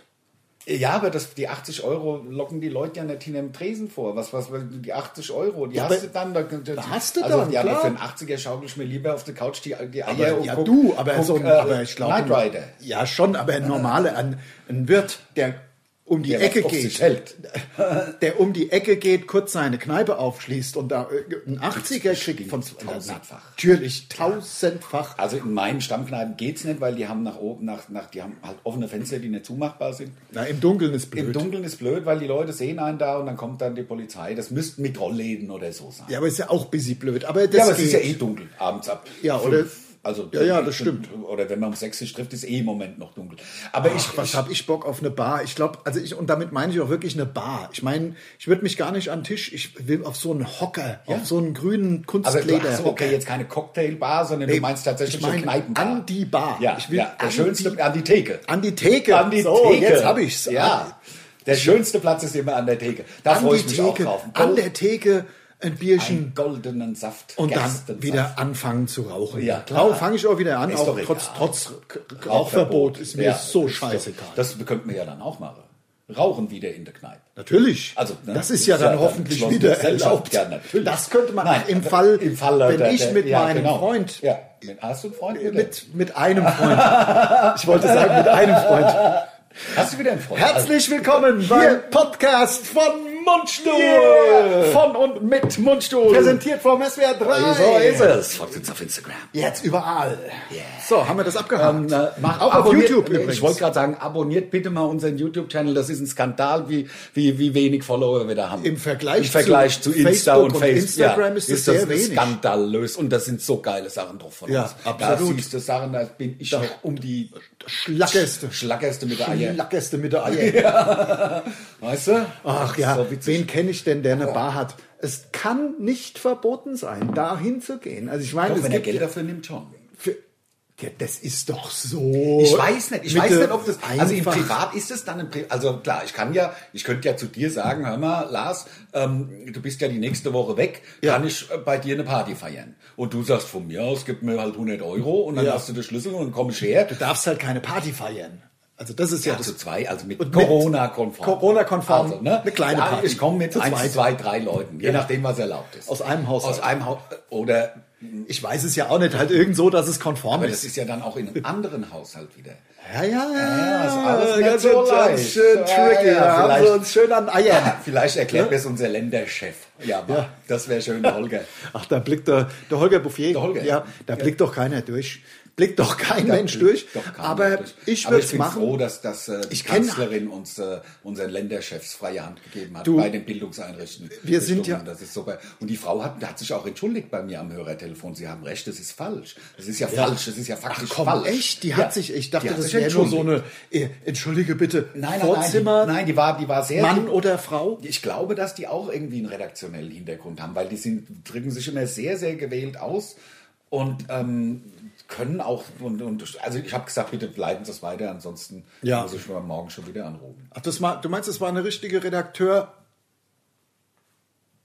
[SPEAKER 2] Ja, aber das, die 80 Euro locken die Leute ja nicht hinter dem Tresen vor. Was, was, die 80 Euro, die
[SPEAKER 1] aber-
[SPEAKER 2] hast du dann. Da, da
[SPEAKER 1] hast du
[SPEAKER 2] also,
[SPEAKER 1] dann,
[SPEAKER 2] Ja, aber
[SPEAKER 1] klar.
[SPEAKER 2] für einen 80er schaukel ich mir lieber auf der Couch die, die Eier
[SPEAKER 1] Ja,
[SPEAKER 2] und
[SPEAKER 1] ja
[SPEAKER 2] guck-
[SPEAKER 1] du, aber,
[SPEAKER 2] guck,
[SPEAKER 1] so,
[SPEAKER 2] äh,
[SPEAKER 1] aber ich glaube.
[SPEAKER 2] Knight Rider. Äh.
[SPEAKER 1] Ja, schon, aber ein normaler, ein, ein Wirt, der um die
[SPEAKER 2] Der
[SPEAKER 1] Ecke
[SPEAKER 2] was auf sich
[SPEAKER 1] geht,
[SPEAKER 2] hält.
[SPEAKER 1] der um die Ecke geht, kurz seine Kneipe aufschließt und da äh, ein 80er kriegt von
[SPEAKER 2] tausendfach.
[SPEAKER 1] Natürlich, tausendfach.
[SPEAKER 2] Also in meinen Stammkneipen geht's nicht, weil die haben nach oben, nach, nach, die haben halt offene Fenster, die nicht zumachbar sind.
[SPEAKER 1] Na, im Dunkeln ist blöd.
[SPEAKER 2] Im Dunkeln ist blöd, weil die Leute sehen einen da und dann kommt dann die Polizei. Das müssten mit Rollläden oder so sein.
[SPEAKER 1] ja, aber ist ja auch ein bisschen blöd. Aber das
[SPEAKER 2] Ja, aber es
[SPEAKER 1] geht.
[SPEAKER 2] ist ja eh dunkel abends ab.
[SPEAKER 1] Ja, oder-
[SPEAKER 2] Also,
[SPEAKER 1] Ja, ja, das stimmt.
[SPEAKER 2] Oder wenn man um sechs sich trifft, ist eh im Moment noch dunkel. Aber
[SPEAKER 1] Ach,
[SPEAKER 2] ich,
[SPEAKER 1] was
[SPEAKER 2] ich
[SPEAKER 1] habe ich Bock auf eine Bar? Ich glaube, also ich, und damit meine ich auch wirklich eine Bar. Ich meine, ich würde mich gar nicht an den Tisch, ich will auf so einen Hocker, auf so einen grünen
[SPEAKER 2] also du
[SPEAKER 1] Kunstleder.
[SPEAKER 2] hast okay, jetzt keine Cocktailbar, sondern du meinst tatsächlich
[SPEAKER 1] ich meine,
[SPEAKER 2] schon Kneipenbar.
[SPEAKER 1] an die Bar.
[SPEAKER 2] Ja,
[SPEAKER 1] Ich will
[SPEAKER 2] ja der
[SPEAKER 1] an
[SPEAKER 2] schönste,
[SPEAKER 1] die-
[SPEAKER 2] an die Theke.
[SPEAKER 1] An die Theke.
[SPEAKER 2] An die
[SPEAKER 1] so,
[SPEAKER 2] Theke.
[SPEAKER 1] jetzt habe ich's. Ah,
[SPEAKER 2] Ja. Der schönste Platz ist immer an der Theke. Da
[SPEAKER 1] An
[SPEAKER 2] freue
[SPEAKER 1] die
[SPEAKER 2] ich mich auch
[SPEAKER 1] Theke.
[SPEAKER 2] drauf.
[SPEAKER 1] An der Theke ein Bierchen
[SPEAKER 2] Einen goldenen Saft.
[SPEAKER 1] und dann
[SPEAKER 2] Gerstensaft.
[SPEAKER 1] wieder anfangen zu rauchen.
[SPEAKER 2] Ja,
[SPEAKER 1] klar,
[SPEAKER 2] klar.
[SPEAKER 1] fange ich auch wieder an,
[SPEAKER 2] Ist
[SPEAKER 1] auch
[SPEAKER 2] doch egal.
[SPEAKER 1] trotz, trotz Rauchverbot ist mir
[SPEAKER 2] Ja,
[SPEAKER 1] so
[SPEAKER 2] ist doch-
[SPEAKER 1] scheißegal.
[SPEAKER 2] Das könnte man ja dann auch machen. Rauchen wieder in der Kneipe.
[SPEAKER 1] Natürlich.
[SPEAKER 2] Also, ne,
[SPEAKER 1] das ist ja dann hoffentlich
[SPEAKER 2] geschlossen
[SPEAKER 1] wieder
[SPEAKER 2] gesellschaft.
[SPEAKER 1] erlaubt.
[SPEAKER 2] Ja, natürlich.
[SPEAKER 1] Das könnte man
[SPEAKER 2] Nein,
[SPEAKER 1] im Fall,
[SPEAKER 2] im Fall
[SPEAKER 1] wenn
[SPEAKER 2] der-
[SPEAKER 1] ich
[SPEAKER 2] der-
[SPEAKER 1] mit
[SPEAKER 2] ja,
[SPEAKER 1] meinem
[SPEAKER 2] genau.
[SPEAKER 1] Freund, Äh,
[SPEAKER 2] Ja. Mit, hast du einen Freund? Mit,
[SPEAKER 1] mit, mit einem Freund, ich wollte sagen mit einem Freund.
[SPEAKER 2] hast du wieder einen Freund?
[SPEAKER 1] Herzlich willkommen beim Podcast von Mundstuhl.
[SPEAKER 2] Von und mit Mundstuhl.
[SPEAKER 1] Präsentiert vom SWR 3.
[SPEAKER 2] So ist es. Folgt uns auf Instagram.
[SPEAKER 1] Jetzt überall. So, haben wir das
[SPEAKER 2] Ähm,
[SPEAKER 1] abgehakt.
[SPEAKER 2] äh, Macht
[SPEAKER 1] Auch auf YouTube übrigens.
[SPEAKER 2] Ich wollte gerade sagen, abonniert bitte mal unseren YouTube-Channel. Das ist ein Skandal, wie, wie, wie wenig Follower wir da haben.
[SPEAKER 1] Im Vergleich
[SPEAKER 2] Im Vergleich
[SPEAKER 1] zu
[SPEAKER 2] zu, Insta
[SPEAKER 1] Facebook
[SPEAKER 2] und
[SPEAKER 1] und
[SPEAKER 2] Facebook.
[SPEAKER 1] Instagram ist das sehr wenig.
[SPEAKER 2] skandalös. Und das sind so geile Sachen drauf von
[SPEAKER 1] Ja,
[SPEAKER 2] uns.
[SPEAKER 1] absolut.
[SPEAKER 2] Da siehst du Sachen, da bin ich noch um die
[SPEAKER 1] Schlackerste.
[SPEAKER 2] Schlackerste mit der Eier.
[SPEAKER 1] Schlackerste mit der Eier.
[SPEAKER 2] Weißt du?
[SPEAKER 1] Ach ja,
[SPEAKER 2] So witzig. Oh.
[SPEAKER 1] wen kenne ich denn, der eine Bar hat? Es kann nicht verboten sein, da hinzugehen. Also ich meine,
[SPEAKER 2] Doch,
[SPEAKER 1] es
[SPEAKER 2] wenn er
[SPEAKER 1] gibt
[SPEAKER 2] Geld dafür nimmt, schon.
[SPEAKER 1] für, ja, das ist doch so.
[SPEAKER 2] Ich weiß nicht, ich
[SPEAKER 1] Mitte
[SPEAKER 2] weiß nicht, ob das also im
[SPEAKER 1] Oh, einfach-
[SPEAKER 2] Privat ist es dann im Pri also klar, ich kann ja, ich könnte ja zu dir sagen, hör mal, Lars, ähm, du bist ja die nächste Woche weg,
[SPEAKER 1] Ja.
[SPEAKER 2] kann ich äh, bei dir eine Party feiern? Und du sagst von mir aus, gib mir halt 100 Euro und dann
[SPEAKER 1] Ja.
[SPEAKER 2] hast du den Schlüssel und dann komm ich her.
[SPEAKER 1] Du darfst halt keine Party feiern. Also das ist ja,
[SPEAKER 2] Ja, zu
[SPEAKER 1] das.
[SPEAKER 2] zwei, also mit
[SPEAKER 1] Und mit
[SPEAKER 2] Corona-konform.
[SPEAKER 1] Corona-konform,
[SPEAKER 2] Also, ne?
[SPEAKER 1] eine kleine
[SPEAKER 2] Ja,
[SPEAKER 1] Party.
[SPEAKER 2] Ich komme mit
[SPEAKER 1] Zu
[SPEAKER 2] eins,
[SPEAKER 1] zweit.
[SPEAKER 2] zwei, drei Leuten, je
[SPEAKER 1] Ja.
[SPEAKER 2] nachdem, was erlaubt ist.
[SPEAKER 1] Aus einem Haushalt.
[SPEAKER 2] Aus einem Haus. Oder,
[SPEAKER 1] Ich weiß es ja auch nicht, halt irgend so, dass es konform
[SPEAKER 2] aber das
[SPEAKER 1] ist.
[SPEAKER 2] ist ja dann auch in einem anderen Haushalt wieder.
[SPEAKER 1] Ja, ja, ja.
[SPEAKER 2] ist alles nicht
[SPEAKER 1] ganz
[SPEAKER 2] so
[SPEAKER 1] schön-
[SPEAKER 2] leicht.
[SPEAKER 1] ganz schön
[SPEAKER 2] Ja,
[SPEAKER 1] tricky.
[SPEAKER 2] ja,
[SPEAKER 1] da haben sie
[SPEAKER 2] vielleicht-
[SPEAKER 1] uns schön an Eiern.
[SPEAKER 2] Vielleicht erklärt mir es unser Länderchef. Ja, Mann,
[SPEAKER 1] Ah Ja.
[SPEAKER 2] das wäre schön, Holger.
[SPEAKER 1] Ach, da blickt der, der Holger Bouffier.
[SPEAKER 2] Der Holger.
[SPEAKER 1] Ja, da blickt doch keiner durch. Blickt doch kein Mensch durch.
[SPEAKER 2] Doch, kann
[SPEAKER 1] aber
[SPEAKER 2] nicht.
[SPEAKER 1] ich
[SPEAKER 2] Aber
[SPEAKER 1] würde es
[SPEAKER 2] bin
[SPEAKER 1] machen.
[SPEAKER 2] froh, dass, dass äh, die
[SPEAKER 1] Ich kenn-
[SPEAKER 2] Kanzlerin uns äh, unseren Länderchefs freie Hand gegeben hat
[SPEAKER 1] Du,
[SPEAKER 2] bei den Bildungseinrichtungen.
[SPEAKER 1] wir sind ja-
[SPEAKER 2] Das ist super. Und die Frau hat, hat sich auch entschuldigt bei mir am Hörertelefon. Sie haben recht, das ist falsch. Das ist ja, falsch, das ist ja faktisch
[SPEAKER 1] Komm,
[SPEAKER 2] falsch.
[SPEAKER 1] echt? Die
[SPEAKER 2] Ja.
[SPEAKER 1] hat sich, ich dachte,
[SPEAKER 2] Die hat
[SPEAKER 1] das
[SPEAKER 2] sich
[SPEAKER 1] wäre nur so
[SPEAKER 2] entschuldigt.
[SPEAKER 1] eine, eh, entschuldige bitte,
[SPEAKER 2] Nein, nein,
[SPEAKER 1] Vorzimmer,
[SPEAKER 2] nein, die, nein, die war, die war sehr.
[SPEAKER 1] Mann oder Frau?
[SPEAKER 2] Ich glaube, dass die auch irgendwie einen redaktionellen Hintergrund haben, weil die sind, drücken sich immer sehr, sehr gewählt aus und ähm, können auch. Und, und, also ich habe gesagt, bitte bleiben Sie es weiter, ansonsten
[SPEAKER 1] Ja.
[SPEAKER 2] muss ich mal morgen schon wieder anrufen.
[SPEAKER 1] Ach, das war, du meinst, das war eine richtige Redakteur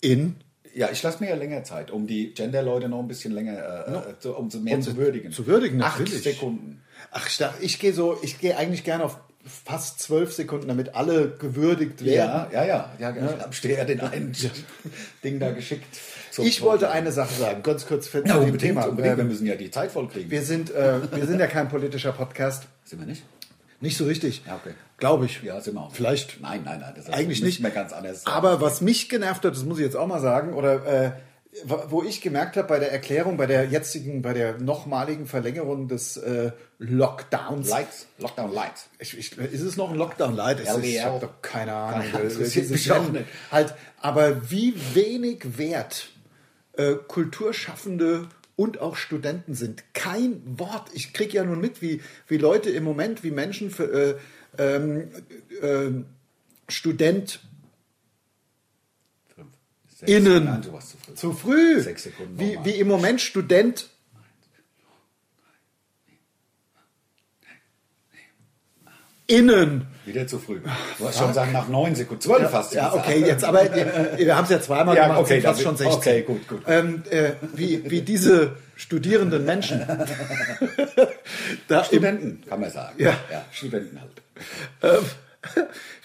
[SPEAKER 1] in?
[SPEAKER 2] Ja, ich lasse mir ja länger Zeit, um die Gender-Leute noch ein bisschen länger, äh, äh, zu, um sie mehr zu würdigen.
[SPEAKER 1] zu würdigen,
[SPEAKER 2] Acht
[SPEAKER 1] natürlich.
[SPEAKER 2] Sekunden.
[SPEAKER 1] Ach, ich dachte, ich gehe so, ich gehe eigentlich gerne auf fast zwölf Sekunden, damit alle gewürdigt werden.
[SPEAKER 2] Ja, ja, ja. ja, ja. Ich habe Steher den einen Ding da geschickt. Zum
[SPEAKER 1] Ich wollte eine Sache sagen, ganz kurz für
[SPEAKER 2] Ja,
[SPEAKER 1] zu dem
[SPEAKER 2] unbedingt,
[SPEAKER 1] Thema.
[SPEAKER 2] unbedingt. Wir
[SPEAKER 1] Ähm,
[SPEAKER 2] müssen ja die Zeit voll kriegen.
[SPEAKER 1] Wir sind, äh, wir sind ja kein politischer Podcast.
[SPEAKER 2] Sind wir nicht?
[SPEAKER 1] Nicht so richtig.
[SPEAKER 2] Ja, okay.
[SPEAKER 1] Glaube ich.
[SPEAKER 2] Ja, sind wir auch.
[SPEAKER 1] Vielleicht.
[SPEAKER 2] Nein, nein, nein. Das ist-
[SPEAKER 1] Eigentlich
[SPEAKER 2] müssen
[SPEAKER 1] nicht.
[SPEAKER 2] wir ganz anders.
[SPEAKER 1] Aber was mich genervt hat, das muss ich jetzt auch mal sagen, oder äh, wo ich gemerkt habe bei der Erklärung, bei der jetzigen, bei der nochmaligen Verlängerung des äh, Lockdowns.
[SPEAKER 2] Lights, Lockdown Light.
[SPEAKER 1] Ich, ich, ist es noch ein Lockdown Light? Es ist- Ich
[SPEAKER 2] LDL.
[SPEAKER 1] habe doch keine Ahnung.
[SPEAKER 2] Keine Ahnung,
[SPEAKER 1] Das
[SPEAKER 2] interessiert
[SPEAKER 1] dieses
[SPEAKER 2] mich auch
[SPEAKER 1] Rennen.
[SPEAKER 2] nicht.
[SPEAKER 1] Halt, aber wie wenig wert äh, Kulturschaffende und auch Studenten sind. Kein Wort. Ich kriege ja nun mit, wie, wie Leute im Moment, wie Menschen für äh, ähm, ähm, Student
[SPEAKER 2] Fünf, sechs,
[SPEAKER 1] Innen.
[SPEAKER 2] Nein, sowas zu früh.
[SPEAKER 1] zu früh.
[SPEAKER 2] Sechs Sekunden
[SPEAKER 1] Wie,
[SPEAKER 2] nochmal.
[SPEAKER 1] wie im Moment Student. Innen.
[SPEAKER 2] Wieder zu früh. Du wolltest schon sagen, nach neun Sekunden. Zwölf hast du
[SPEAKER 1] Ja,
[SPEAKER 2] gesagt.
[SPEAKER 1] okay, jetzt aber wir, wir haben es ja zweimal
[SPEAKER 2] Ja,
[SPEAKER 1] gemacht,
[SPEAKER 2] okay,
[SPEAKER 1] sind fast
[SPEAKER 2] dann-
[SPEAKER 1] schon 16.
[SPEAKER 2] okay, gut, gut.
[SPEAKER 1] Ähm, äh, wie, wie diese studierenden Menschen. da im,
[SPEAKER 2] Studenten, kann man sagen.
[SPEAKER 1] Ja.
[SPEAKER 2] Studenten halt.
[SPEAKER 1] ähm,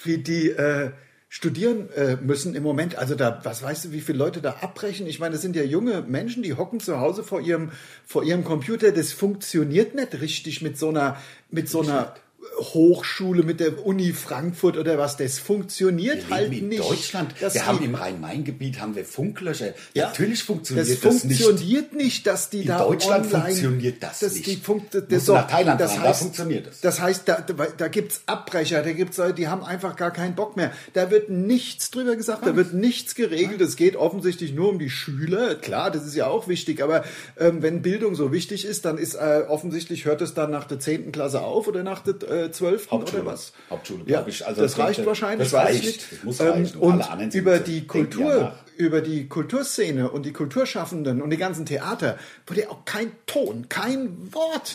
[SPEAKER 1] wie die äh, studieren äh, müssen im Moment. Also da, was weißt du, wie viele Leute da abbrechen? Ich meine, das sind ja junge Menschen, die hocken zu Hause vor ihrem, vor ihrem Computer. Das funktioniert nicht richtig mit so einer, mit so einer Hochschule, mit der Uni Frankfurt oder was. Das funktioniert
[SPEAKER 2] Wir
[SPEAKER 1] halt
[SPEAKER 2] leben in
[SPEAKER 1] nicht.
[SPEAKER 2] Deutschland.
[SPEAKER 1] dass
[SPEAKER 2] wir haben
[SPEAKER 1] die-
[SPEAKER 2] im Rhein-Main-Gebiet haben wir Funklöcher.
[SPEAKER 1] ja,
[SPEAKER 2] Natürlich funktioniert
[SPEAKER 1] das
[SPEAKER 2] das, nicht.
[SPEAKER 1] funktioniert nicht, dass die
[SPEAKER 2] In
[SPEAKER 1] da
[SPEAKER 2] Deutschland
[SPEAKER 1] online,
[SPEAKER 2] funktioniert das
[SPEAKER 1] dass
[SPEAKER 2] nicht.
[SPEAKER 1] Die funkt, das
[SPEAKER 2] Musst du nach Thailand fahren, da funktioniert das.
[SPEAKER 1] Das heißt, da, da, da gibt es Abbrecher, da gibt's Leute, die haben einfach gar keinen Bock mehr. Da wird nichts drüber gesagt, da wird nichts geregelt. Es geht offensichtlich nur um die Schüler. Klar, das ist ja auch wichtig, aber ähm, wenn Bildung so wichtig ist, dann ist äh, offensichtlich hört es dann nach der 10. Klasse auf oder nach der äh, 12.
[SPEAKER 2] Hauptschule.
[SPEAKER 1] oder was?
[SPEAKER 2] Hauptschule,
[SPEAKER 1] ja,
[SPEAKER 2] glaub ich. Also
[SPEAKER 1] das
[SPEAKER 2] das
[SPEAKER 1] reicht
[SPEAKER 2] könnte-
[SPEAKER 1] wahrscheinlich.
[SPEAKER 2] das
[SPEAKER 1] weiß
[SPEAKER 2] reicht.
[SPEAKER 1] ich nicht.
[SPEAKER 2] Das muss
[SPEAKER 1] Ähm,
[SPEAKER 2] reichen. um Alle
[SPEAKER 1] Und
[SPEAKER 2] anderen sind
[SPEAKER 1] über
[SPEAKER 2] so-
[SPEAKER 1] die
[SPEAKER 2] denken ja
[SPEAKER 1] Kultur,
[SPEAKER 2] nach.
[SPEAKER 1] über die Kulturszene und die Kulturschaffenden und die ganzen Theater wurde ja auch kein Ton, kein Wort,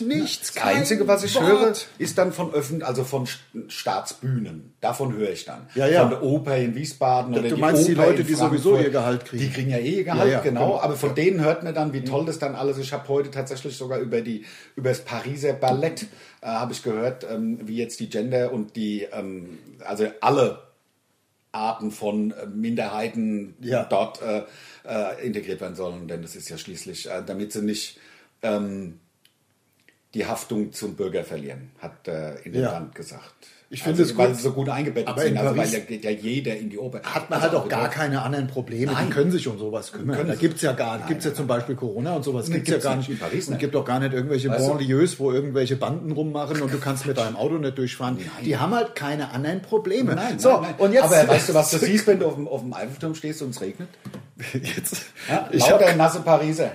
[SPEAKER 2] Das
[SPEAKER 1] nichts. kein
[SPEAKER 2] Einzige, was ich
[SPEAKER 1] Wort.
[SPEAKER 2] höre, ist dann von öffn also von St- Staatsbühnen. Davon höre ich dann.
[SPEAKER 1] Ja, ja.
[SPEAKER 2] Von der Oper in Wiesbaden oder
[SPEAKER 1] du
[SPEAKER 2] die
[SPEAKER 1] meinst
[SPEAKER 2] Oper
[SPEAKER 1] die Leute,
[SPEAKER 2] in
[SPEAKER 1] die sowieso
[SPEAKER 2] Frankfurt.
[SPEAKER 1] ihr Gehalt kriegen.
[SPEAKER 2] Die kriegen ja eh ihr Gehalt,
[SPEAKER 1] Ja, Mhm. ja,
[SPEAKER 2] genau.
[SPEAKER 1] genau.
[SPEAKER 2] Aber von denen hört man dann, wie toll das dann alles ist. Ich habe heute tatsächlich sogar über die über das Pariser Ballett äh, habe ich gehört, ähm, wie jetzt die Gender und die ähm, also alle Arten von äh, Minderheiten
[SPEAKER 1] Ja.
[SPEAKER 2] dort äh, äh, integriert werden sollen, denn das ist ja schließlich, äh, damit sie nicht ähm, die Haftung zum Bürger verlieren, hat äh, in dem
[SPEAKER 1] Ja.
[SPEAKER 2] Land gesagt. Also,
[SPEAKER 1] Ich finde es
[SPEAKER 2] weil
[SPEAKER 1] gut.
[SPEAKER 2] sie so gut eingebettet
[SPEAKER 1] Aber in
[SPEAKER 2] sind, also weil
[SPEAKER 1] Paris
[SPEAKER 2] ja, geht ja jeder in die Oper.
[SPEAKER 1] hat man
[SPEAKER 2] Also
[SPEAKER 1] halt auch gar
[SPEAKER 2] bedeutet-
[SPEAKER 1] keine anderen Probleme.
[SPEAKER 2] Nein.
[SPEAKER 1] Die können sich um sowas kümmern.
[SPEAKER 2] Können
[SPEAKER 1] da
[SPEAKER 2] sie.
[SPEAKER 1] gibt es ja gar gibt's ja zum Beispiel Corona und sowas.
[SPEAKER 2] Nee,
[SPEAKER 1] gibt's ja
[SPEAKER 2] gibt's
[SPEAKER 1] gar
[SPEAKER 2] nicht.
[SPEAKER 1] nicht.
[SPEAKER 2] In Paris
[SPEAKER 1] und
[SPEAKER 2] nicht.
[SPEAKER 1] gibt auch gar nicht irgendwelche
[SPEAKER 2] Weißt du?
[SPEAKER 1] Banlieues, wo irgendwelche Banden rummachen und du kannst mit deinem Auto nicht durchfahren. Die haben halt keine anderen Probleme.
[SPEAKER 2] Nein,
[SPEAKER 1] so,
[SPEAKER 2] nein, nein.
[SPEAKER 1] und jetzt.
[SPEAKER 2] Aber weißt du, was du siehst, wenn du auf dem, auf dem Eiffelturm stehst und es regnet?
[SPEAKER 1] jetzt
[SPEAKER 2] Ja?
[SPEAKER 1] ich hab
[SPEAKER 2] Lauter nasse Pariser.